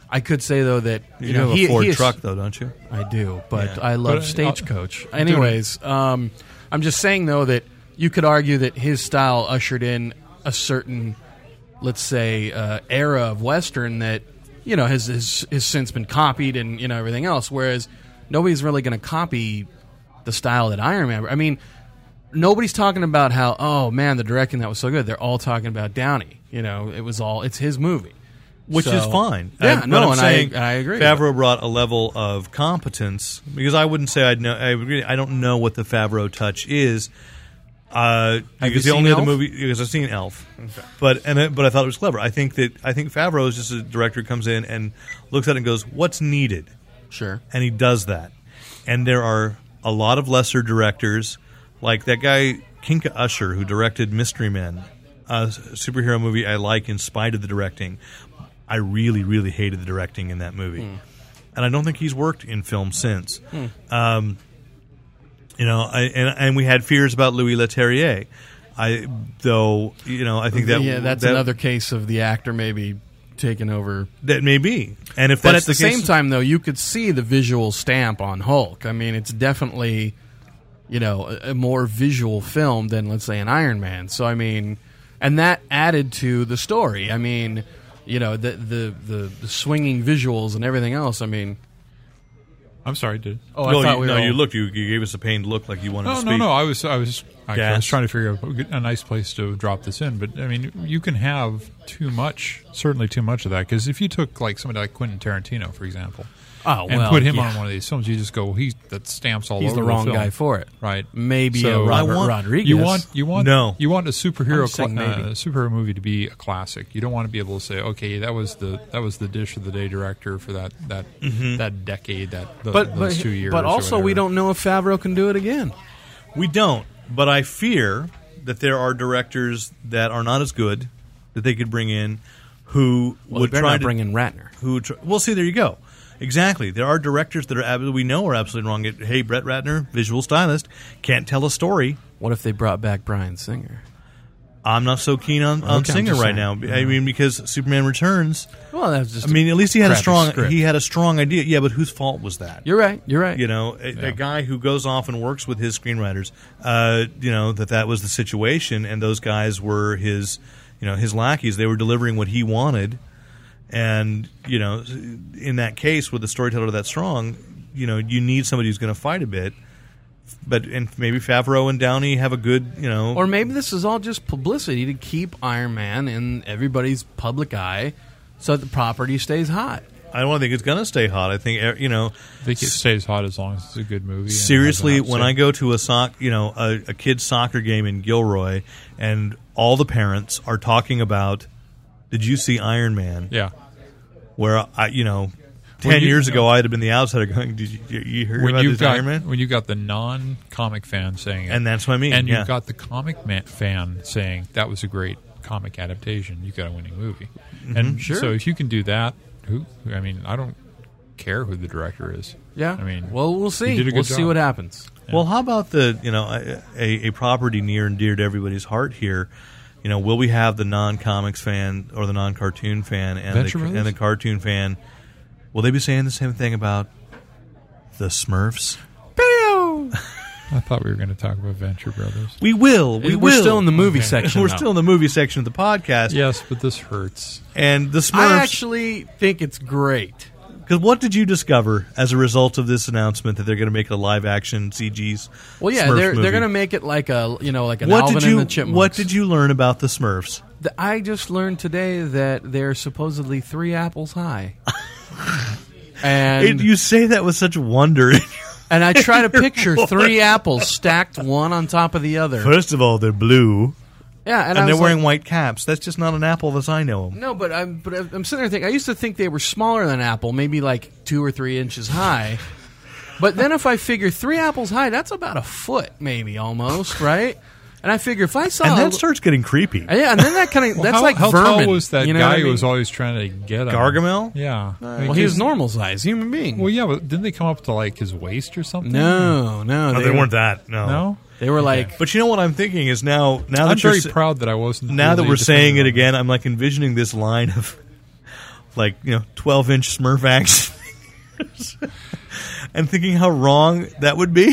S2: I could say though that you,
S3: you,
S2: know
S3: have a
S2: he,
S3: Ford
S2: he is-
S3: truck, though, don't you?
S2: I do, but
S3: Yeah.
S2: I love
S5: But, uh,
S2: Stagecoach. Anyways, um, I'm just saying though that you could argue that his style ushered in a certain, let's say, uh, era of western that you know has, has has since been copied and you know everything else. Whereas nobody's really going to copy the style that I remember. I mean, nobody's talking about how oh man the directing that was so good. They're all talking about Downey. You know, it was all it's his movie,
S3: which is
S2: So-
S3: fine.
S2: Yeah,
S3: I,
S2: no,
S3: but I'm
S2: and I-
S3: saying
S2: I agree with
S3: Favreau brought a level of competence because I wouldn't say I'd know. I, agree, I don't know what the Favreau touch is. Uh, because the
S2: seen
S3: only other
S2: Elf?
S3: movie because I've seen Elf, but and I- but I thought it was clever. I think that I think Favreau is just a director who comes in and looks at it and goes, "What's needed?"
S2: Sure.
S3: and he does that. And there are a lot of lesser directors, like that guy Kinka Usher, who directed Mystery Men, a s- superhero movie I like in spite of the directing. I really, really hated the directing in that movie,
S2: Hmm.
S3: and I don't think he's worked in film since. Um, you know, I, and and we had fears about Louis Leterrier. I though you know I think that
S2: yeah, that's
S3: that,
S2: another case of the actor maybe taking over.
S3: that may be, and if
S2: But at
S3: that's
S2: the,
S3: case-
S2: same time, though, you could see the visual stamp on Hulk. I mean, it's definitely you know a, a more visual film than let's say an Iron Man. So I mean, and that added to the story. I mean, you know the the the, the swinging visuals and everything else. I mean,
S5: I'm sorry, dude.
S2: oh,
S3: no, you, no, you looked, you, you gave us a pained look like you wanted to
S5: Oh, No,
S3: speak.
S5: no, no. I was, I was, actually, I was
S3: Gas.
S5: trying to figure out a good- a nice place to drop this in. But I mean, you can have too much, certainly too much of that. Because if you took like somebody like Quentin Tarantino, for example,
S2: Oh,
S5: and
S2: well,
S5: put him
S2: yeah.
S5: on one of these films, you just go, well, he's that stamps all
S2: He's
S5: over
S2: the wrong
S5: film.
S2: guy for it.
S5: right?
S2: Maybe
S5: So-
S2: a Robert
S3: I want-
S2: Rodriguez.
S5: You want you want
S3: No.
S5: you want a superhero
S2: I'm saying
S5: cla-
S2: maybe.
S5: uh, superhero movie to be a classic. You don't want to be able to say, okay, that was the that was the dish of the day director for that that that decade that
S2: Mm-hmm.
S5: the,
S2: but
S5: those
S2: but,
S5: two years.
S2: but
S5: or
S2: also we
S5: whatever.
S2: don't know if Favreau can do it again.
S3: We don't, but I fear that there are directors that are not as good that they could bring in who
S2: Well,
S3: would
S2: they better
S3: try
S2: not
S3: to
S2: bring in Ratner.
S3: who tr- well see there you go exactly there are directors that are ab- we know are absolutely wrong It- hey brett ratner visual stylist can't tell a story
S2: What if they brought back Brian Singer?
S3: i'm not so keen on, on
S2: Okay, I'm
S3: singer
S2: just
S3: right now
S2: saying.
S3: i mean because superman returns
S2: Well, that was just.
S3: i mean at least he had a
S2: crappy
S3: strong
S2: script.
S3: he had a strong idea yeah but whose fault was that
S2: you're right. You're right.
S3: you know a, a guy who goes off and works with his screenwriters uh, you know that that was the situation and those guys were his you know his lackeys they were delivering what he wanted and you know in that case with a storyteller that strong you know you need somebody who's going to fight a bit but and maybe Favreau and Downey have a good you know
S2: Or maybe this is all just publicity to keep Iron Man in everybody's public eye, so that the property stays hot.
S3: I don't think it's going to stay hot I think eh, you know
S5: I think it stays hot as long as it's a good movie. and has an
S3: Seriously, when I
S5: upset.
S3: go to a soc, you know, a, a kid's soccer game in Gilroy, and all the parents are talking about, did you see Iron Man?
S5: yeah,
S3: Where I, you know, ten
S5: you-
S3: years ago, I'd have been the outsider going, did you, you- you hear
S5: when
S3: about
S5: you've
S3: this
S5: got
S3: Iron Man?
S5: when you got the non-comic fan saying, it,
S3: And that's what I mean,
S5: and
S3: yeah.
S5: you've got the comic man, fan saying that was a great comic adaptation. You got a winning movie,
S3: Mm-hmm.
S5: and so if you can do that, who? I mean, I don't care who the director is.
S2: Yeah.
S5: I mean,
S2: well, we'll see.
S5: You did a
S2: We'll
S5: good
S2: see
S5: job.
S2: what happens.
S3: Well, how about the you know a, a, a property near and dear to everybody's heart here? You know, will we have the non-comics fan or the non-cartoon fan and
S5: Venture
S3: the,
S5: Brothers?
S3: and the cartoon fan? Will they be saying the same thing about the Smurfs?
S5: I thought we were going to talk about Venture Brothers.
S3: We will. We
S2: We're
S3: will.
S2: still in the movie
S5: Okay.
S2: section.
S3: We're
S2: though.
S3: still in the movie section of the podcast.
S5: Yes, but this hurts.
S3: And the
S2: I
S3: Smurfs.
S2: actually think it's great.
S3: Because what did you discover as a result of this announcement that they're going to make a live action CG's?
S2: Well, yeah,
S3: Smurf
S2: they're
S3: movie?
S2: they're gonna make it like a you know like an
S3: What
S2: Alvin
S3: did you?
S2: and the Chipmunks.
S3: What did you learn about the Smurfs?
S2: Th- I just learned today that they're supposedly three apples high.
S3: It,
S2: and
S3: you say that with such wonder.
S2: and I try to picture three apples stacked one on top of the other.
S3: First of all, they're blue,
S2: Yeah, and,
S3: and,
S2: I
S3: they're
S2: was
S3: wearing
S2: like,
S3: white caps. That's just not an apple as I know 'em.
S2: no, but I'm but I'm sitting there thinking. I used to think they were smaller than apple, maybe like two or three inches high. But then if I figure three apples high, that's about a foot, maybe almost, right? And I figure if I saw
S3: And
S2: a
S3: that
S2: li-
S3: starts getting creepy.
S2: yeah, and then that kind of
S5: Well,
S2: that's
S5: how,
S2: like
S5: how
S2: vermin.
S5: tall was that
S2: you know
S5: guy
S2: what I
S5: who
S2: mean?
S5: was always trying to get him?
S3: Gargamel?
S5: Yeah. I mean,
S2: Well, he was
S5: his-
S2: normal size, human being.
S5: Well, yeah, but didn't they come up to like his waist or something?
S2: no, no,
S3: No, Oh, they weren't that. No.
S5: No.
S2: They were like
S3: But you know what I'm thinking is now. Now
S5: I'm
S3: that you're
S5: very
S3: sa-
S5: proud that I wasn't.
S3: now that
S5: really
S3: we're saying it
S5: defending
S3: again, I'm like envisioning this line of like you know 12 inch Smurf action, and thinking how wrong that would be,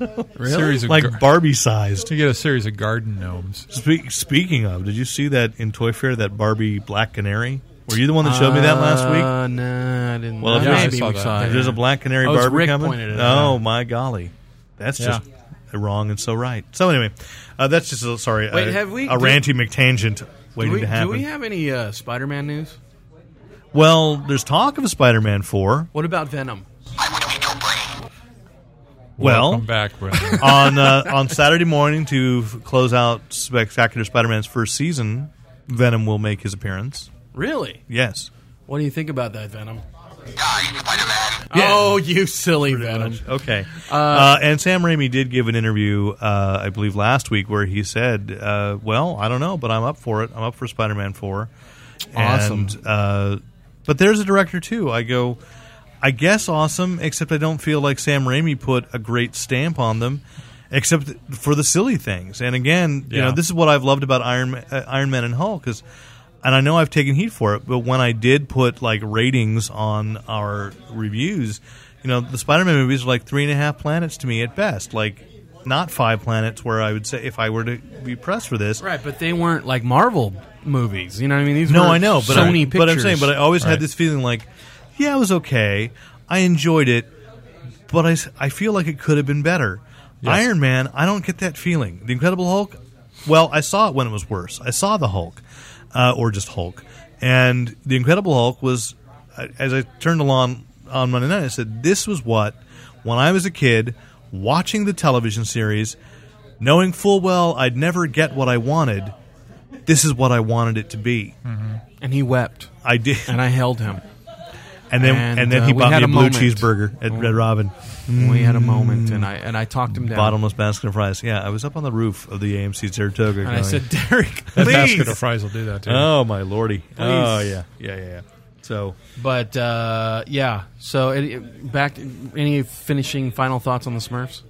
S5: them. Series of gar-
S3: like Barbie sized.
S5: to get a series of garden gnomes.
S3: Spe- speaking of, did you see that in Toy Fair that Barbie Black Canary? Were you the one that showed me that last week?
S2: Uh, no, I didn't.
S3: Well,
S2: Well,
S3: if
S5: there's-
S2: maybe
S5: I saw
S2: we
S5: that.
S2: saw
S5: If
S2: it.
S3: There's a Black Canary
S2: Oh, it's
S3: Barbie
S2: Rick
S3: coming.
S2: pointed it out.
S3: oh my golly, that's just wrong and so right. So anyway, uh, that's just a, sorry.
S2: Wait,
S3: a,
S2: have we-
S3: a
S2: do-
S3: ranty McTangent
S2: Do
S3: waiting
S2: we,
S3: to
S2: do
S3: happen?
S2: we have any uh, Spider-Man news?
S3: well, there's talk of a Spider-Man four.
S2: What about Venom?
S3: Well,
S5: Welcome back, Brendan.
S3: on uh, on Saturday morning to f- close out Spectacular Spider-Man's first season, Venom will make his appearance.
S2: Really?
S3: Yes.
S2: What do you think about that Venom? Oh, you silly Venom!
S3: Okay. Uh, and Sam Raimi did give an interview, uh, I believe, last week where he said, uh, "Well, I don't know, but I'm up for it. I'm up for Spider-Man 4."
S2: Awesome.
S3: And, uh, but there's a director too. I go, I guess awesome, except I don't feel like Sam Raimi put a great stamp on them, except for the silly things. And again, you know,
S5: Yeah.
S3: this is what I've loved about Iron Ma- uh, Iron Man and Hulk is. And I know I've taken heat for it, but when I did put like ratings on our reviews, you know, the Spider-Man movies are like three and a half planets to me at best, like not five planets. Where I would say if I were to be pressed for this,
S2: Right, but they weren't like Marvel movies. You know what I mean? These
S3: no,
S2: were
S3: I know, but
S2: Sony
S3: I,
S2: pictures.
S3: But I'm saying, but I always had
S5: Right.
S3: this feeling like, yeah, it was okay. I enjoyed it, but I, s- I feel like it could have been better. Iron Man, I don't get that feeling. The Incredible Hulk, well, I saw it when it was worse. I saw the Hulk, uh, or just Hulk, and the Incredible Hulk was, I- as I turned along on Monday night, I said, this was what when I was a kid watching the television series, knowing full well I'd never get what I wanted. This is what I wanted it to be.
S2: and he wept,
S3: I did.
S2: and I held him.
S3: And then and,
S2: And,
S3: then
S2: uh,
S3: he
S2: we
S3: bought
S2: had
S3: me a
S2: a
S3: blue
S2: moment. Mm.
S3: cheeseburger at Red Robin.
S2: We had a moment, and I and I talked him down.
S3: Bottomless basket of fries. Yeah, I was up on the roof of the AMC Saratoga.
S2: and I
S3: going,
S2: said, Derek,
S5: That
S2: please.
S5: basket of fries will do that too.
S3: "Oh my lordy! Oh
S2: Please.
S3: yeah, yeah, yeah." yeah. So
S2: But uh, yeah, so it, it- back. Any finishing final thoughts on the Smurfs?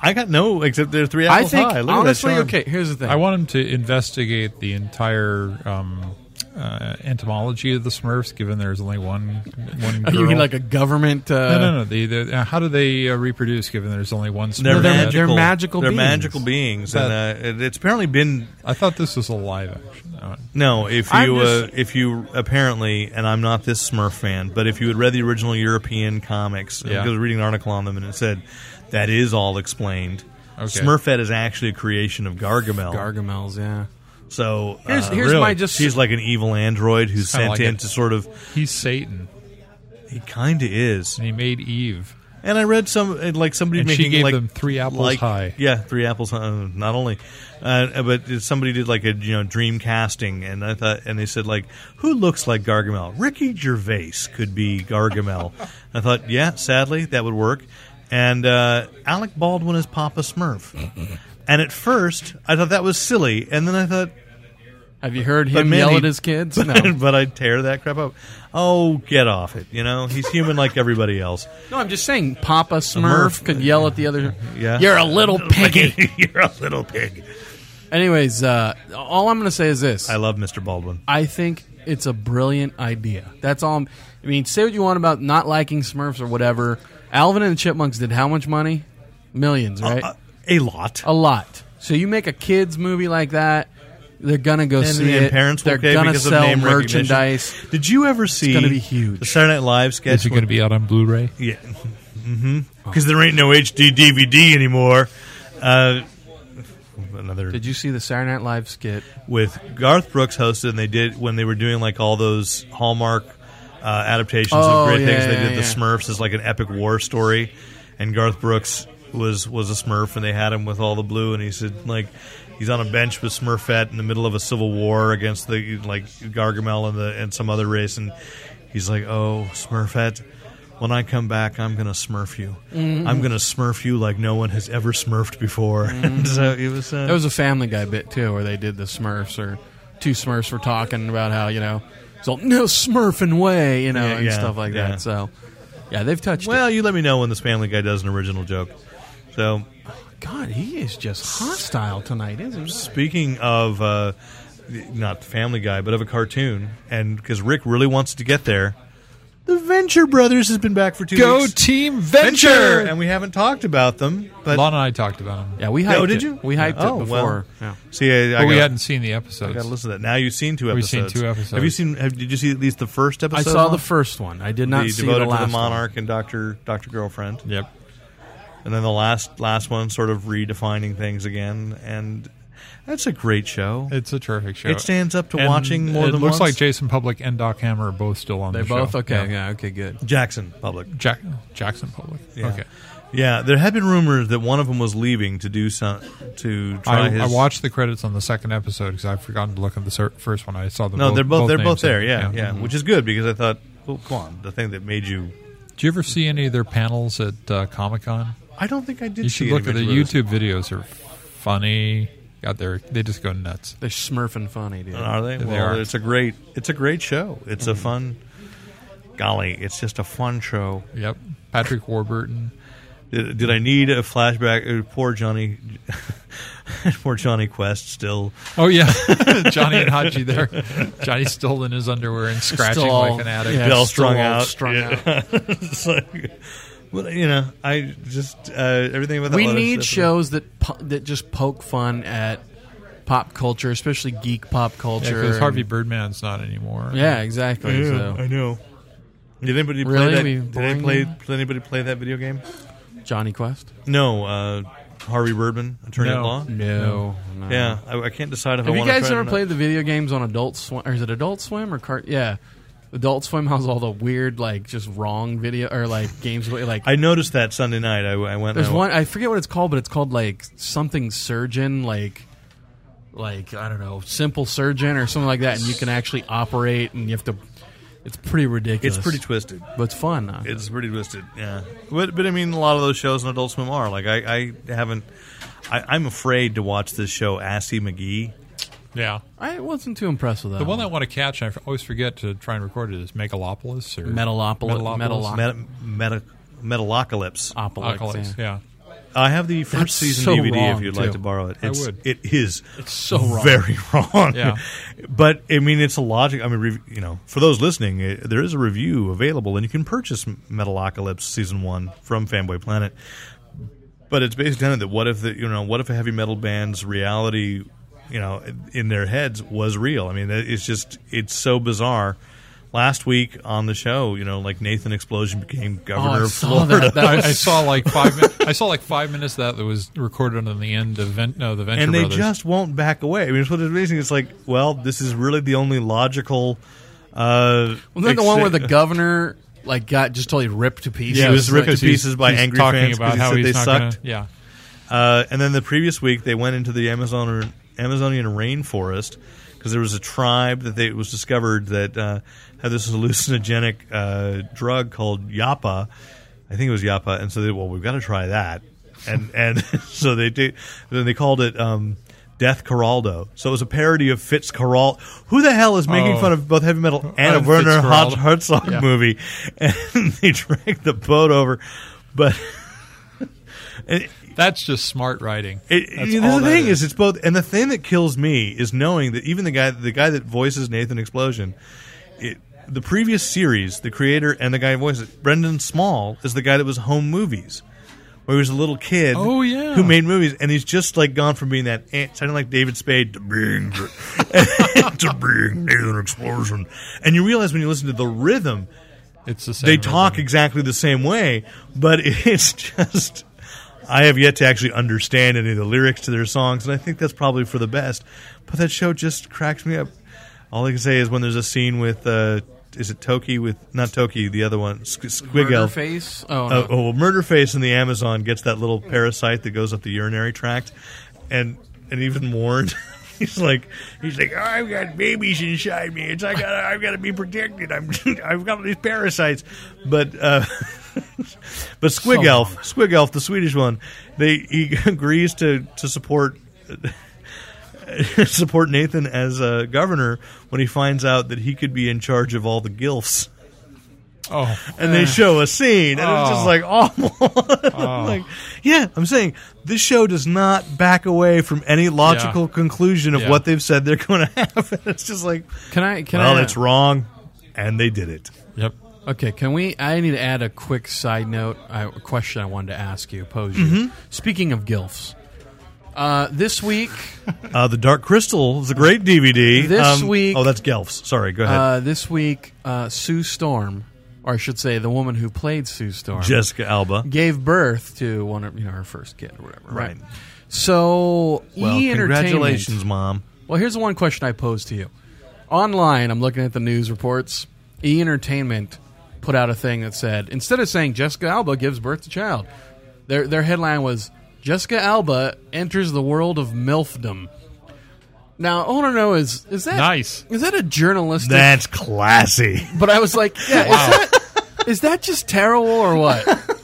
S3: I got no except they're three
S2: I
S3: apples
S2: think
S3: high. Look at that
S2: honestly,
S3: charm.
S2: okay. Here's the thing.
S5: I want him to investigate the entire um, uh, entomology of the Smurfs, given there's only one one girl.
S2: Oh, you mean like a government? Uh,
S5: no, no, no. The, the, uh, how do they uh, reproduce? Given there's only one Smurf.
S2: No,
S3: They're,
S2: they're-
S3: magical.
S2: they're magical
S3: They're
S2: beings.
S3: magical beings, and uh, it, it's apparently been
S5: I thought this was a live action. Uh,
S3: no. If
S2: I'm
S3: you uh,
S2: just-
S3: if you apparently, and I'm not this Smurf fan, but if you had read the original European comics,
S5: Yeah.
S3: because I was reading an article on them, and it said that is all explained.
S5: Okay.
S3: Smurfette is actually a creation of Gargamel.
S2: Gargamels, yeah.
S3: so uh,
S2: Here's- here's
S3: really,
S2: my just-
S3: she's like an evil android who's
S5: kinda
S3: sent
S5: like
S3: in
S5: it.
S3: to sort of
S5: he's Satan,
S3: he kind of is.
S5: and he made Eve.
S3: And I read some uh, like somebody
S5: And she
S3: making
S5: gave
S3: like
S5: them three apples
S3: like-
S5: high.
S3: Yeah, three apples. high, Uh, not only, uh, but somebody did like a you know dream casting, and I thought, and they said like, who looks like Gargamel? Ricky Gervais could be Gargamel. I thought, yeah, sadly that would work. And uh, Alec Baldwin is Papa Smurf. and at first, I thought that was silly, and then I thought,
S2: Have you heard him
S3: man,
S2: yell
S3: he-
S2: at his kids? No,
S3: but I tear that crap up. Oh, get off it! You know he's human like everybody else.
S2: no. I'm just saying, Papa Smurf
S3: Smurf.
S2: could yell at the other.
S3: Yeah.
S2: you're a little piggy.
S3: You're a little pig.
S2: Anyways, uh, all I'm going to say is this:
S3: I
S2: I,
S3: love Mr. Baldwin.
S2: think it's a brilliant idea. That's all. I'm, I mean, say what you want about not liking Smurfs or whatever. Alvin and the Chipmunks did how much money? Millions, right?
S3: Uh, a lot.
S2: a lot. So you make a kids movie like that, they're gonna go
S3: and,
S2: see
S3: and
S2: it.
S3: parents will
S2: they're
S3: okay
S2: gonna
S3: because
S2: sell
S3: of name
S2: merchandise.
S3: recognition. Did you ever see?
S2: gonna be huge.
S3: The Saturday Night Live sketch.
S5: Is it going to be out on Blu-ray?
S3: Yeah. Because there ain't no HD DVD anymore. Uh, another
S2: Did you see the Saturday Night Live skit?
S3: with Garth Brooks hosted, and they did when they were doing like all those Hallmark uh, adaptations
S2: Oh,
S3: of great
S2: yeah,
S3: things. They
S2: yeah,
S3: did the
S2: yeah.
S3: Smurfs as like an epic war story, and Garth Brooks was was a Smurf, and they had him with all the blue, and he said like. He's on a bench with Smurfette in the middle of a civil war against the like Gargamel and the and some other race, and he's like, "Oh, Smurfette, when I come back, I'm gonna Smurf you.
S2: Mm-hmm.
S3: I'm gonna Smurf you like no one has ever Smurfed before." And so it was. Uh,
S2: There was a Family Guy bit too, where they did the Smurfs or two Smurfs were talking about how you know, so no Smurfing way, you know,
S3: Yeah,
S2: and
S3: yeah,
S2: stuff like
S3: yeah.
S2: that. So, yeah, they've touched.
S3: Well, you let me know when this Family Guy does an original joke. So,
S2: it. God, he is just hostile tonight, isn't he?
S3: speaking of uh, not the Family Guy, but of a cartoon, and because Rick really wants to get there, the Venture Brothers has been back for two
S5: Go
S3: weeks.
S5: Team Venture!
S3: and we haven't talked about them, but
S5: Lon and I talked about him,
S2: Yeah, we hyped
S3: oh, did
S2: it.
S3: you?
S2: We hyped
S3: oh,
S2: it
S3: well.
S2: before. yeah.
S3: See, I, I
S5: but we
S3: got-
S5: hadn't seen the episodes.
S3: I gotta listen to that. Now you've seen two
S5: We've
S3: episodes.
S5: seen two episodes.
S3: Have you seen? Have, did you see at least the first
S2: I
S3: episode?
S2: saw
S3: Lon?
S2: the first one. I did
S3: The
S2: not see the
S3: devoted
S2: last
S3: to the
S2: one.
S3: monarch and Doctor Doctor Girlfriend.
S5: Yep.
S3: and then the last last one sort of redefining things again and that's a great show
S5: It's a terrific show.
S3: it stands up to
S5: And
S3: watching more
S5: it
S3: than
S5: looks
S3: once.
S5: like Jason Public and Doc Hammer are both still on
S2: They
S5: the show.
S2: both okay.
S5: Yeah.
S2: Yeah. okay, good.
S3: jackson public
S5: Jack, Jackson Public.
S3: yeah.
S5: Okay.
S3: yeah there had been rumors that one of them was leaving to do some to try
S5: I,
S3: his
S5: I watched the credits on the second episode because I've forgotten to look at the cer- first one. I saw them.
S3: no
S5: both,
S3: they're both, they're both
S5: names Mm-hmm.
S3: there
S5: in-
S3: yeah yeah, which is good because i thought well come on the thing that made you
S5: Did you ever see any of their panels at uh, Comic Con?
S3: i don't think i did
S5: You
S3: see
S5: should look at
S3: any
S5: the
S3: videos.
S5: YouTube videos. Are funny. God, they they just go nuts.
S2: They're smurfing funny, dude.
S3: are they,
S5: They
S3: well
S5: are. Mm-hmm.
S3: it's a great it's a great show it's a fun golly it's just a fun show
S5: Yep. Patrick Warburton.
S3: Did, did I need a flashback? Uh, Poor Johnny. poor Johnny Quest still.
S5: Oh yeah, Johnny and Haji there. Johnny's still in his underwear and scratching
S2: Still all-
S5: like an addict.
S2: yeah,
S3: Bell
S2: still
S3: strung
S2: all
S3: out.
S2: strung
S3: Yeah.
S2: out.
S3: It's like, well, you know, I just uh, everything about that
S2: we
S3: letter
S2: need
S3: stuff-
S2: shows that po- that just poke fun at pop culture, especially geek pop culture.
S5: because
S2: and-
S5: Harvey Birdman's not anymore.
S2: yeah, exactly.
S3: Yeah,
S2: So
S3: I know. Did anybody
S2: Really?
S3: play
S2: We
S3: that? Did,
S2: boring
S3: they play,
S2: you?
S3: did anybody play that video game?
S2: Johnny Quest.
S3: No. Uh, Harvey Birdman, attorney
S5: No.
S3: at law.
S2: No. no.
S3: Yeah, I, I can't decide if I
S2: Have you
S3: want to
S2: guys
S3: try it or
S2: ever
S3: not.
S2: played the video games on Adult Swim? Or is it Adult Swim or Cart? Yeah, Adult Swim has all the weird, like, just wrong video or like games. where, Like,
S3: I noticed that Sunday night. I, I went.
S2: there's
S3: I,
S2: one I forget what it's called, but it's called like something surgeon, like. Like I don't know, simple surgeon or something like that, and you can actually operate, and you have to It's pretty ridiculous.
S3: It's pretty twisted.
S2: but it's fun. Though.
S3: It's pretty twisted. Yeah, but but I mean, a lot of those shows on Adult Swim are like I I haven't. I, I'm afraid to watch this show, Assy McGee.
S5: Yeah.
S2: I wasn't too impressed with that.
S5: The one I want to catch, and I always forget to try and record it, is Megalopolis or
S2: Metalopolis. Metalopolis.
S3: Meta, meta, Metalocalypse.
S2: Opolis,
S5: Megalopolis.
S2: yeah.
S5: Yeah.
S3: I have the first
S2: That's
S3: season
S2: so
S3: DVD if
S2: wrong,
S3: you'd
S2: too.
S3: like to borrow it.
S5: I
S3: It's,
S5: would.
S3: It is.
S2: It's so wrong.
S3: Very wrong.
S5: Yeah.
S3: but I mean, it's a logic. I mean, rev- you know, for those listening, uh there is a review available, and you can purchase Metalocalypse season one from Fanboy Planet. But it's based on it that what if the you know what if a heavy metal band's reality, you know, in their heads was real. I mean, that- it's just it's so bizarre. Last week on the show, you know, like Nathan Explosion became
S2: Oh,
S3: governor
S2: I
S3: of
S2: saw
S3: Florida.
S2: that. that
S5: I, I
S2: was-
S5: saw like five. Min- I saw like five minutes of that that was recorded on the end of Ven- no, the Venture
S3: and they
S5: Brothers.
S3: just won't back away. I mean, it's what is amazing. It's like, well, this is really the only logical. Uh,
S2: Wasn't that the one where the
S3: exa-
S2: governor like got just totally ripped to pieces?
S3: Yeah, he was ripped
S2: Like,
S3: to pieces by
S5: He's
S3: angry
S5: talking
S3: fans
S5: about
S3: 'cause he
S5: how
S3: said
S5: he's
S3: they
S5: not
S3: sucked.
S5: Gonna, yeah,
S3: Uh, and then the previous week, they went into the Amazon Amazonian rainforest because there was a tribe that they, it was discovered that uh, had this hallucinogenic uh, drug called Yapa. I think it was Yapa, and so they well, we've got to try that, and and so they did. Then they called it. Um, Death Corraldo. So it was a parody of Fitz Corral. Who the hell is making
S5: Oh.
S3: fun of both heavy metal and a
S5: And
S3: Werner
S5: Fitzgerald.
S3: Herzog movie? And they dragged the boat over, but
S5: that's just smart writing.
S3: It,
S5: That's
S3: you know,
S5: all
S3: the
S5: that
S3: thing is. it's both, and the thing that kills me is knowing that even the guy, the guy that voices Nathan Explosion, it, the previous series, the creator and the guy who voices it, Brendan Small, is the guy that was Home Movies, where he was a little kid,
S5: Oh, yeah.
S3: who made movies, and he's just like gone from being that eh, sounding like David Spade to being to being Nathan Explosion, and you realize when you listen to the rhythm,
S5: It's the same.
S3: they talk
S5: rhythm.
S3: exactly the same way, but it's just I have yet to actually understand any of the lyrics to their songs, and I think that's probably for the best. But that show just cracks me up. All I can say is when there's a scene with uh, is it Toki with not Toki the other one Squ- Squig
S2: Murder
S3: Elf.
S2: face. Oh, no.
S3: Uh, oh, well, Murderface in the Amazon gets that little parasite that goes up the urinary tract, and and even warned. He's like, he's like, I've got babies inside me. It's I got, to I've got to be protected. I'm, I've got these parasites. But, uh, but Squig
S2: So
S3: Elf, Squig Elf, the Swedish one, they he agrees to to support support Nathan as a governor when he finds out that he could be in charge of all the gilfs
S5: Oh,
S3: and they show a scene, and it's
S5: Oh.
S3: just like awful. I'm like, yeah, I'm saying this show does not back away from any logical
S5: Yeah.
S3: conclusion of
S5: Yeah.
S3: what they've said they're going to have. And it's just like,
S2: can I? Can
S3: well,
S2: I? uh,
S3: it's wrong, and they did it.
S5: yep.
S2: Okay, can we? I need to add a quick side note, uh, a question I wanted to ask you, pose you.
S3: Mm-hmm.
S2: Speaking of gilfs, uh, this week,
S3: Uh, the Dark Crystal is a great DVD.
S2: This week-
S3: oh, that's Gelfs. Sorry, go ahead.
S2: uh, this week, uh, Sue Storm, or I should say, the woman who played Sue Storm,
S3: Jessica Alba.
S2: gave birth to one of you know her first kid or whatever. Right.
S3: Right.
S2: So,
S3: Well,
S2: E Entertainment-
S3: congratulations, mom.
S2: Well, here's the one question I pose to you. Online, I'm looking at the news reports. E Entertainment put out a thing that said instead of saying Jessica Alba gives birth to child, their their headline was Jessica Alba enters the world of milfdom. Now, all I want to know is is that
S5: Nice.
S2: Is that a journalistic?
S3: That's classy.
S2: but I was like, yeah, is that is that just terrible or what?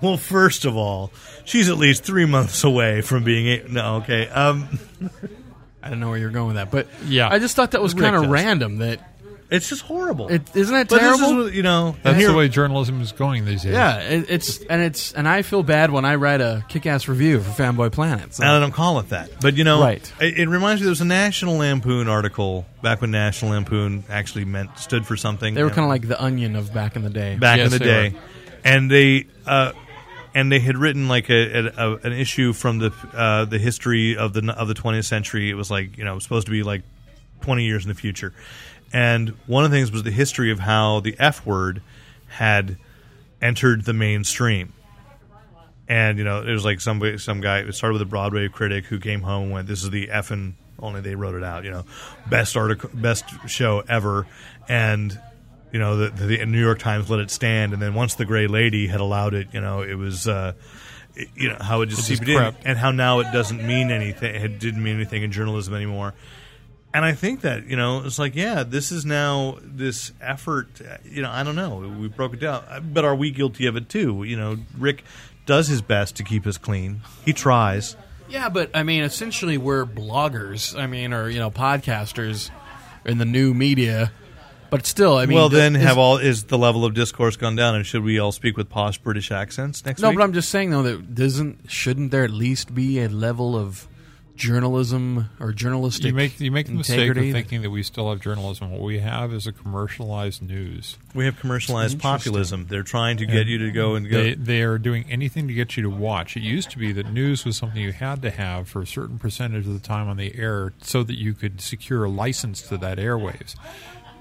S3: Well, first of all, she's at least three months away from being. A- no, okay. Um,
S2: I don't know where you're going with that, but
S5: Yeah.
S2: I just thought that was kind of
S3: Ridiculous.
S2: random. That
S3: it's just horrible.
S2: it isn't that
S3: but this is
S2: terrible.
S3: what- you know,
S5: That's
S3: here-
S5: the way journalism is going these days.
S2: Yeah, it, it's and it's and I feel bad when I write a kick-ass review for Fanboy Planet. So.
S3: And I don't call it that. But you know,
S2: Right.
S3: it, it reminds me there was a National Lampoon article back when National Lampoon actually meant stood for something.
S2: they were
S3: you know,
S2: kind of like the Onion of back in the day.
S3: back
S5: Yes,
S3: in the
S5: they
S3: day,
S5: were.
S3: and they uh, and they had written like a, a, a an issue from the uh, the history of the of the 20th century. It was like you know supposed to be like 20 years in the future, and one of the things was the history of how the F word had entered the mainstream. And you know, it was like somebody, some guy. It started with a Broadway critic who came home and went, "This is the effing." Only they wrote it out. You know, best article, best show ever. And you know, the, the New York Times let it stand. And then once the Gray Lady had allowed it, you know, it was. Uh, it- you know how it just
S5: It just
S3: seeped in,
S5: crept.
S3: and how now it doesn't mean anything. It didn't mean anything in journalism anymore. And I think that you know, it's like, yeah, this is now this effort. uh, You know, I don't know. We broke it down, Uh, but are we guilty of it too? You know, Rick does his best to keep us clean. He tries.
S2: Yeah, but I mean, essentially, we're bloggers. I mean, or you know, podcasters in the new media. But still, I mean,
S3: well,
S2: the-
S3: then
S2: this-
S3: have all is the level of discourse gone down, and should we all speak with posh British accents next
S2: No,
S3: week?
S2: but I'm just saying though that doesn't shouldn't there at least be a level of journalism or journalistic
S5: You make you make the mistake of
S2: integrity?
S5: thinking that we still have journalism. What we have is a commercialized news.
S3: we have commercialized populism. They're trying to get you to go and go.
S5: They they are doing anything to get you to watch. It used to be that news was something you had to have for a certain percentage of the time on the air so that you could secure a license to that airwaves.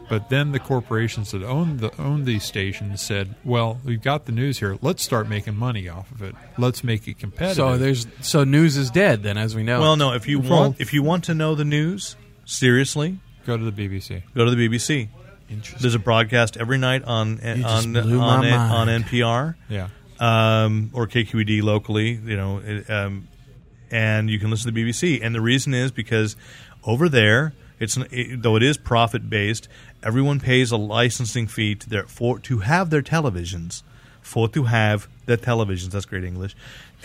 S5: But then the corporations that owned the owned these stations said, "Well, we've got the news here. Let's start making money off of it. Let's make it competitive."
S2: so there's so news is dead then, as we know.
S3: well, no. If you
S2: Well-
S3: want, if you want to know the news seriously,
S5: go to the BBC.
S3: go to the BBC.
S2: Interesting.
S3: There's a broadcast every night on
S2: You just
S3: on
S2: blew
S3: on,
S2: my
S3: on
S2: mind.
S3: NPR
S5: Yeah.
S3: um, or KQED locally. You know, it, um, and you can listen to the BBC. And the reason is because over there, it's n- it, though it is profit based, everyone pays a licensing fee to their for to have their televisions, for to have their televisions. That's great English.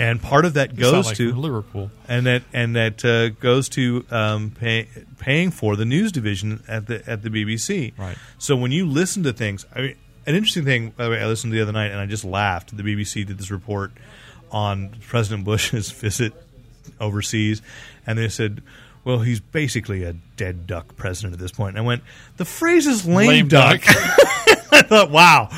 S3: And part of that
S5: Sound
S3: goes
S5: like
S3: to
S5: Liverpool.
S3: and that and that uh, goes to um, pay, paying for the news division at the at the BBC.
S5: Right.
S3: So when you listen to things, I mean, an interesting thing by the way, I listened to the other night and I just laughed. The BBC did this report on President Bush's visit overseas, and they said. Well, he's basically a dead duck president at this point. And I went, the phrase is lame,
S5: Lame
S3: duck. I thought, wow.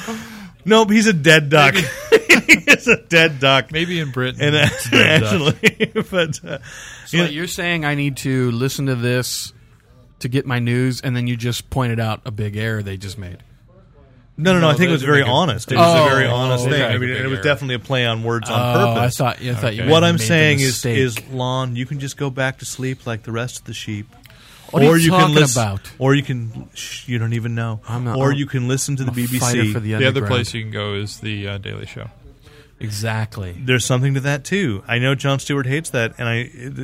S3: Nope, he's a dead duck. he's a dead duck.
S5: Maybe in Britain.
S3: And
S5: it's dead duck.
S3: actually, but uh,
S2: so you're saying I need to listen to this to get my news, and then you just pointed out a big error they just made.
S3: No, no, no. I think it was
S5: they
S3: very
S5: make a-
S3: honest. It was
S2: Oh,
S3: a very honest
S5: okay.
S3: thing. I mean,
S5: Big
S3: it was
S5: error.
S3: definitely a play on words on
S2: Oh, I
S3: purpose.
S2: thought, I thought you.
S3: what
S2: meant
S3: I'm
S2: made the
S3: saying is,
S2: mistake.
S3: is lawn. You can just go back to sleep like the rest of the sheep.
S2: What are you talking
S3: can listen,
S2: about?
S3: Or you can. Shh, you don't even know.
S2: I'm not-
S3: or
S2: I'm-
S3: you can listen to the
S2: I'm a fighter
S3: BBC.
S2: for the,
S5: The other
S2: underground.
S5: place you can go is the uh, Daily Show.
S2: exactly.
S3: There's something to that too. I know John Stewart hates that, and I,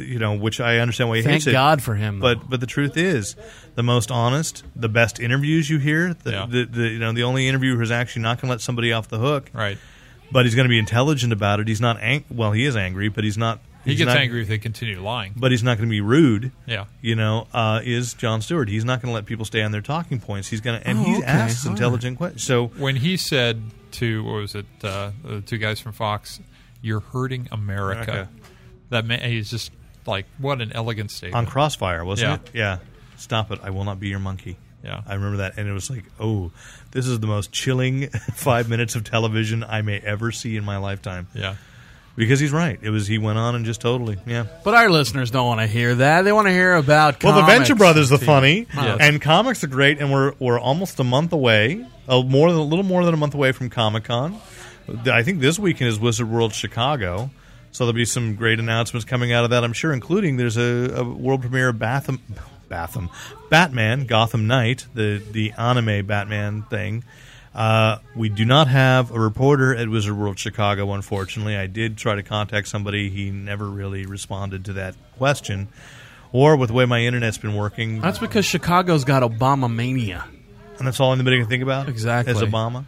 S3: you know, which I understand why he
S2: Thank
S3: hates it.
S2: God for him. though.
S3: But but the truth is, the most honest, the best interviews you hear. The,
S5: Yeah.
S3: the, the you know the only interviewer who's actually not going to let somebody off the hook.
S5: Right.
S3: but he's going to be intelligent about it. He's not ang- well, he is angry, but he's not.
S5: He
S3: he's
S5: gets
S3: not-
S5: angry if they continue lying.
S3: but he's not going to be rude.
S5: Yeah.
S3: you know, uh, is John Stewart? He's not going to let people stay on their talking points. He's going to, and
S2: Oh,
S3: he
S2: okay.
S3: asks
S2: All right.
S3: intelligent questions. So
S5: when he said to what was it uh, the two guys from Fox, "You're hurting America,"
S3: America.
S5: that man, he's just like what an elegant statement.
S3: on Crossfire, wasn't
S5: Yeah.
S3: it? Yeah. Stop it! I will not be your monkey.
S5: Yeah.
S3: I remember that, and it was like, oh, this is the most chilling five minutes of television I may ever see in my lifetime.
S5: yeah,
S3: Because he's right. It was he went on and just totally, yeah.
S2: But our listeners don't want to hear that. They want to hear about.
S3: Well, the
S2: comics.
S3: Venture Brothers are funny,
S5: Yes.
S3: and comics are great, and we're we're almost a month away, a more than a little more than a month away from Comic Con. I think this weekend is Wizard World Chicago, so there'll be some great announcements coming out of that, I'm sure, including there's a, a world premiere of Batham, Batham, Batman, Gotham Knight, the the anime Batman thing. Uh, we do not have a reporter at Wizard World Chicago, unfortunately. I did try to contact somebody. He never really responded to that question. Or with the way my internet's been working,
S2: That's because Chicago's got Obama mania.
S3: and that's all anybody can think about.
S2: Exactly.
S3: As Obama.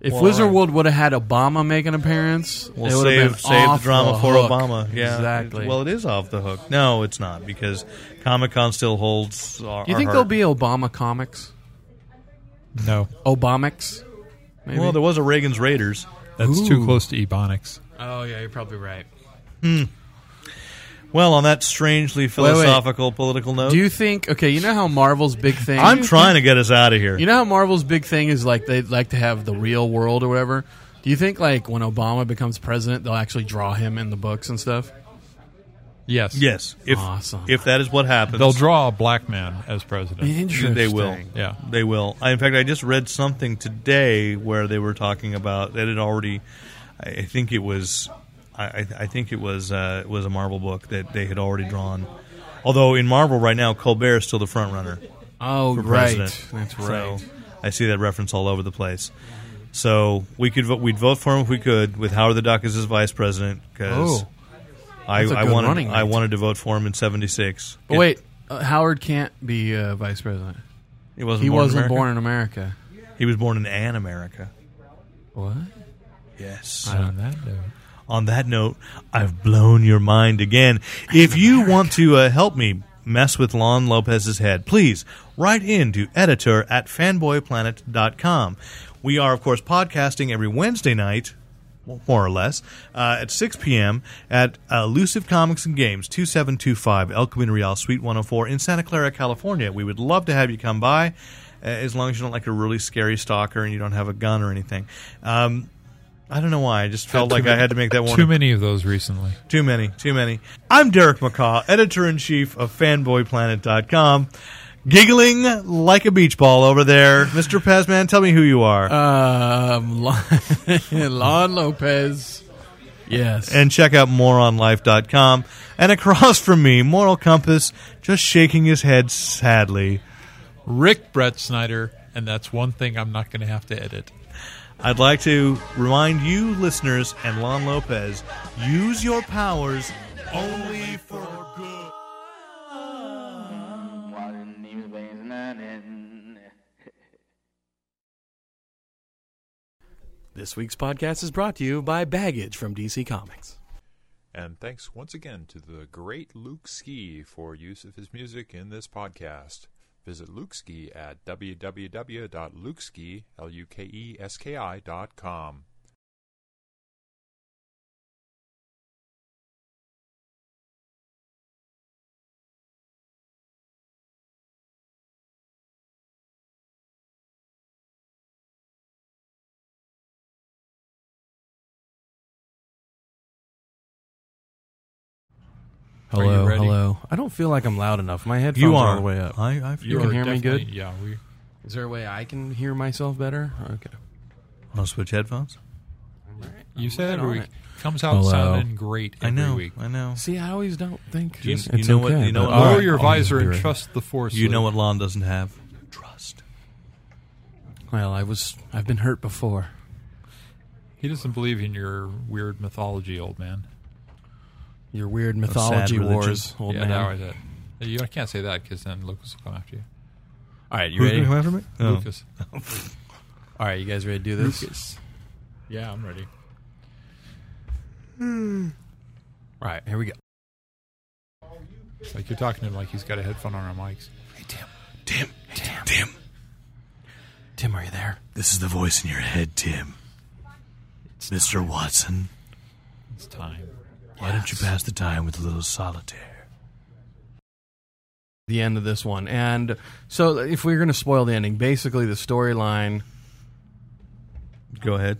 S2: If
S3: Well,
S2: Wizard
S3: alright.
S2: World would have had Obama make an appearance,
S3: We'll
S2: it would have been
S3: save, save
S2: off
S3: the drama for
S2: hook.
S3: Obama. Yeah.
S2: exactly.
S3: Well, it is off the hook. No, it's not because Comic Con still holds. Our,
S2: Do you
S3: our
S2: think
S3: heart.
S2: there'll be Obama comics?
S5: no,
S2: Obamics? Maybe?
S3: Well, there was a Reagan's Raiders.
S5: that's
S2: Ooh.
S5: too close to ebonics.
S2: oh yeah, you're probably right.
S3: Well, on that strangely
S2: wait.
S3: philosophical political note,
S2: Do you think? Okay, you know how Marvel's big thing.
S3: I'm trying to get us out of here.
S2: You know how Marvel's big thing is like they like to have the real world or whatever. Do you think like when Obama becomes president, they'll actually draw him in the books and stuff?
S5: Yes,
S3: yes. If
S2: Awesome.
S3: if that is what happens,
S5: they'll draw a black man as president.
S2: Interesting.
S3: They will.
S5: Yeah.
S3: They will. I, in fact, I just read something today where they were talking about that had already. I I think it was. I, I- I think it was uh, it was a Marvel book that they had already drawn. Although in Marvel right now, Colbert is still the front runner
S2: Oh,
S3: for
S2: right.
S3: president.
S2: That's
S3: So,
S2: right.
S3: I see that reference all over the place. So we could vo- we'd vote for him if we could with Howard the Duck as his vice president because
S2: Oh.
S3: I,
S2: That's a
S3: I
S2: good
S3: wanted
S2: running
S3: I
S2: mate.
S3: wanted to vote for him in '76.
S2: But wait, uh, Howard can't be uh, vice president.
S3: He wasn't.
S2: He
S3: born
S2: wasn't
S3: in America?
S2: born in America.
S3: He was born in an America.
S2: What?
S3: Yes.
S5: on that note.
S3: Uh, on that note, I've blown your mind again. If you want to uh, help me mess with Lon Lopez's head, please write in to editor at fanboyplanet.com. We are, of course, podcasting every Wednesday night. well, More or less, uh, at 6 p.m. at uh, Elusive Comics and Games, 2725 El Camino Real, Suite 104 in Santa Clara, California. We would love to have you come by, uh, as long as you don't like a really scary stalker and you don't have a gun or anything. Um, I don't know why. I just felt
S5: Too
S3: like I
S5: many-
S3: had to make that warning.
S5: Too many of those recently.
S3: Too many, too many. I'm Derek McCaw, editor in chief of fanboyplanet.com. Giggling like a beach ball over there. Mr. Pazman, tell me who you are.
S2: Uh, Um, Lon, Lon Lopez. Yes.
S3: and check out moronlife.com. And across from me, Moral Compass, just shaking his head sadly.
S5: Rick Brett Snyder, and that's one thing I'm not going to have to edit.
S3: I'd like to remind you, listeners, and Lon Lopez use your powers only for good.
S7: This week's podcast is brought to you by Baggage from DC Comics.
S4: And thanks once again to the great Luke Ski for use of his music in this podcast. Visit Luke Ski at www.lukeski, E L-U-K-E-S-K-I dot com.
S5: Are
S2: hello,
S5: you ready?
S2: hello. I don't feel like I'm loud enough. My headphones
S3: You
S2: are
S3: are.
S2: all the way up.
S3: I, I feel
S2: You
S3: it.
S2: can hear me
S5: definitely-
S2: good?
S5: Yeah, we.
S2: Is there a way I can hear myself better? Okay.
S3: I'll switch headphones.
S5: You said
S2: right
S5: every
S2: on
S5: week
S2: it.
S5: comes out
S2: Hello.
S5: sounding great every
S3: I know.
S5: week.
S3: I know.
S2: See, I always don't think.
S3: You-
S2: it's
S3: you know what-
S2: okay,
S3: you know
S2: but-
S3: what-
S5: Lower
S3: Alright,
S5: your
S3: I'll
S5: visor
S3: do
S5: and
S3: it.
S5: trust the force.
S3: You know
S5: Luke.
S3: what Lon doesn't have? Trust.
S2: Well, I was. I've been hurt before.
S5: He doesn't believe in your weird mythology, old man.
S2: Your weird mythology
S3: religion.
S2: wars, old
S5: yeah,
S2: man.
S5: that was it. You I can't say that because then Lucas will come after you.
S2: All right, you Oh. ready?
S3: Who's after me? Oh.
S5: Lucas.
S2: All right, you guys ready to do this?
S5: Yeah, I'm ready.
S2: Hmm. All right, here we go.
S5: Like you're talking to him like he's got a headphone on our mics.
S3: Hey, Tim. Tim. Tim. Tim.
S2: Tim, are you there?
S3: This is the voice in your head, Tim. Mr. Watson,
S5: It's time.
S3: why don't you pass the time with a little solitaire?
S2: the end of this one. And so, if we're going to spoil the ending, basically the storyline.
S3: Go ahead.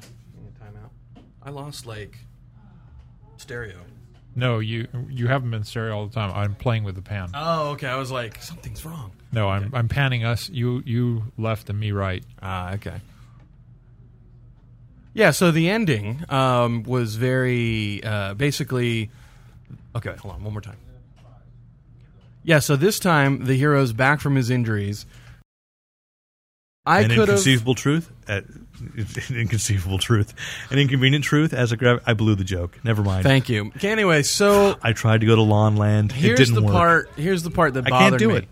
S2: Timeout. I lost like stereo.
S5: No, you you haven't been stereo all the time. I'm playing with the pan.
S2: Oh, okay. I was like, something's wrong.
S5: No, I'm I'm panning us. You you left and me right.
S2: Ah, okay. Yeah. So the ending um, was very uh, basically. Okay, hold on. One more time. Yeah. So this time the hero's back from his injuries. I
S3: An
S2: could have.
S3: inconceivable truth. Uh, inconceivable truth. An inconvenient truth. As a grab, I blew the joke. Never mind.
S2: Thank you. Okay, anyway, so
S3: I tried to go to Lawn Land.
S2: here's
S3: it didn't
S2: the
S3: work.
S2: part. Here's the part that
S3: I
S2: bothered
S3: can't do
S2: me.
S3: it.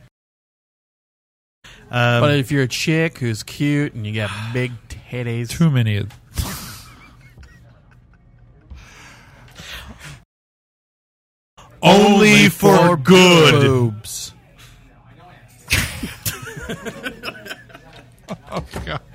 S3: Um,
S2: But if you're a chick who's cute and you got big titties,
S5: Too many. of-
S3: only for good.
S2: boobs.
S5: Oh God.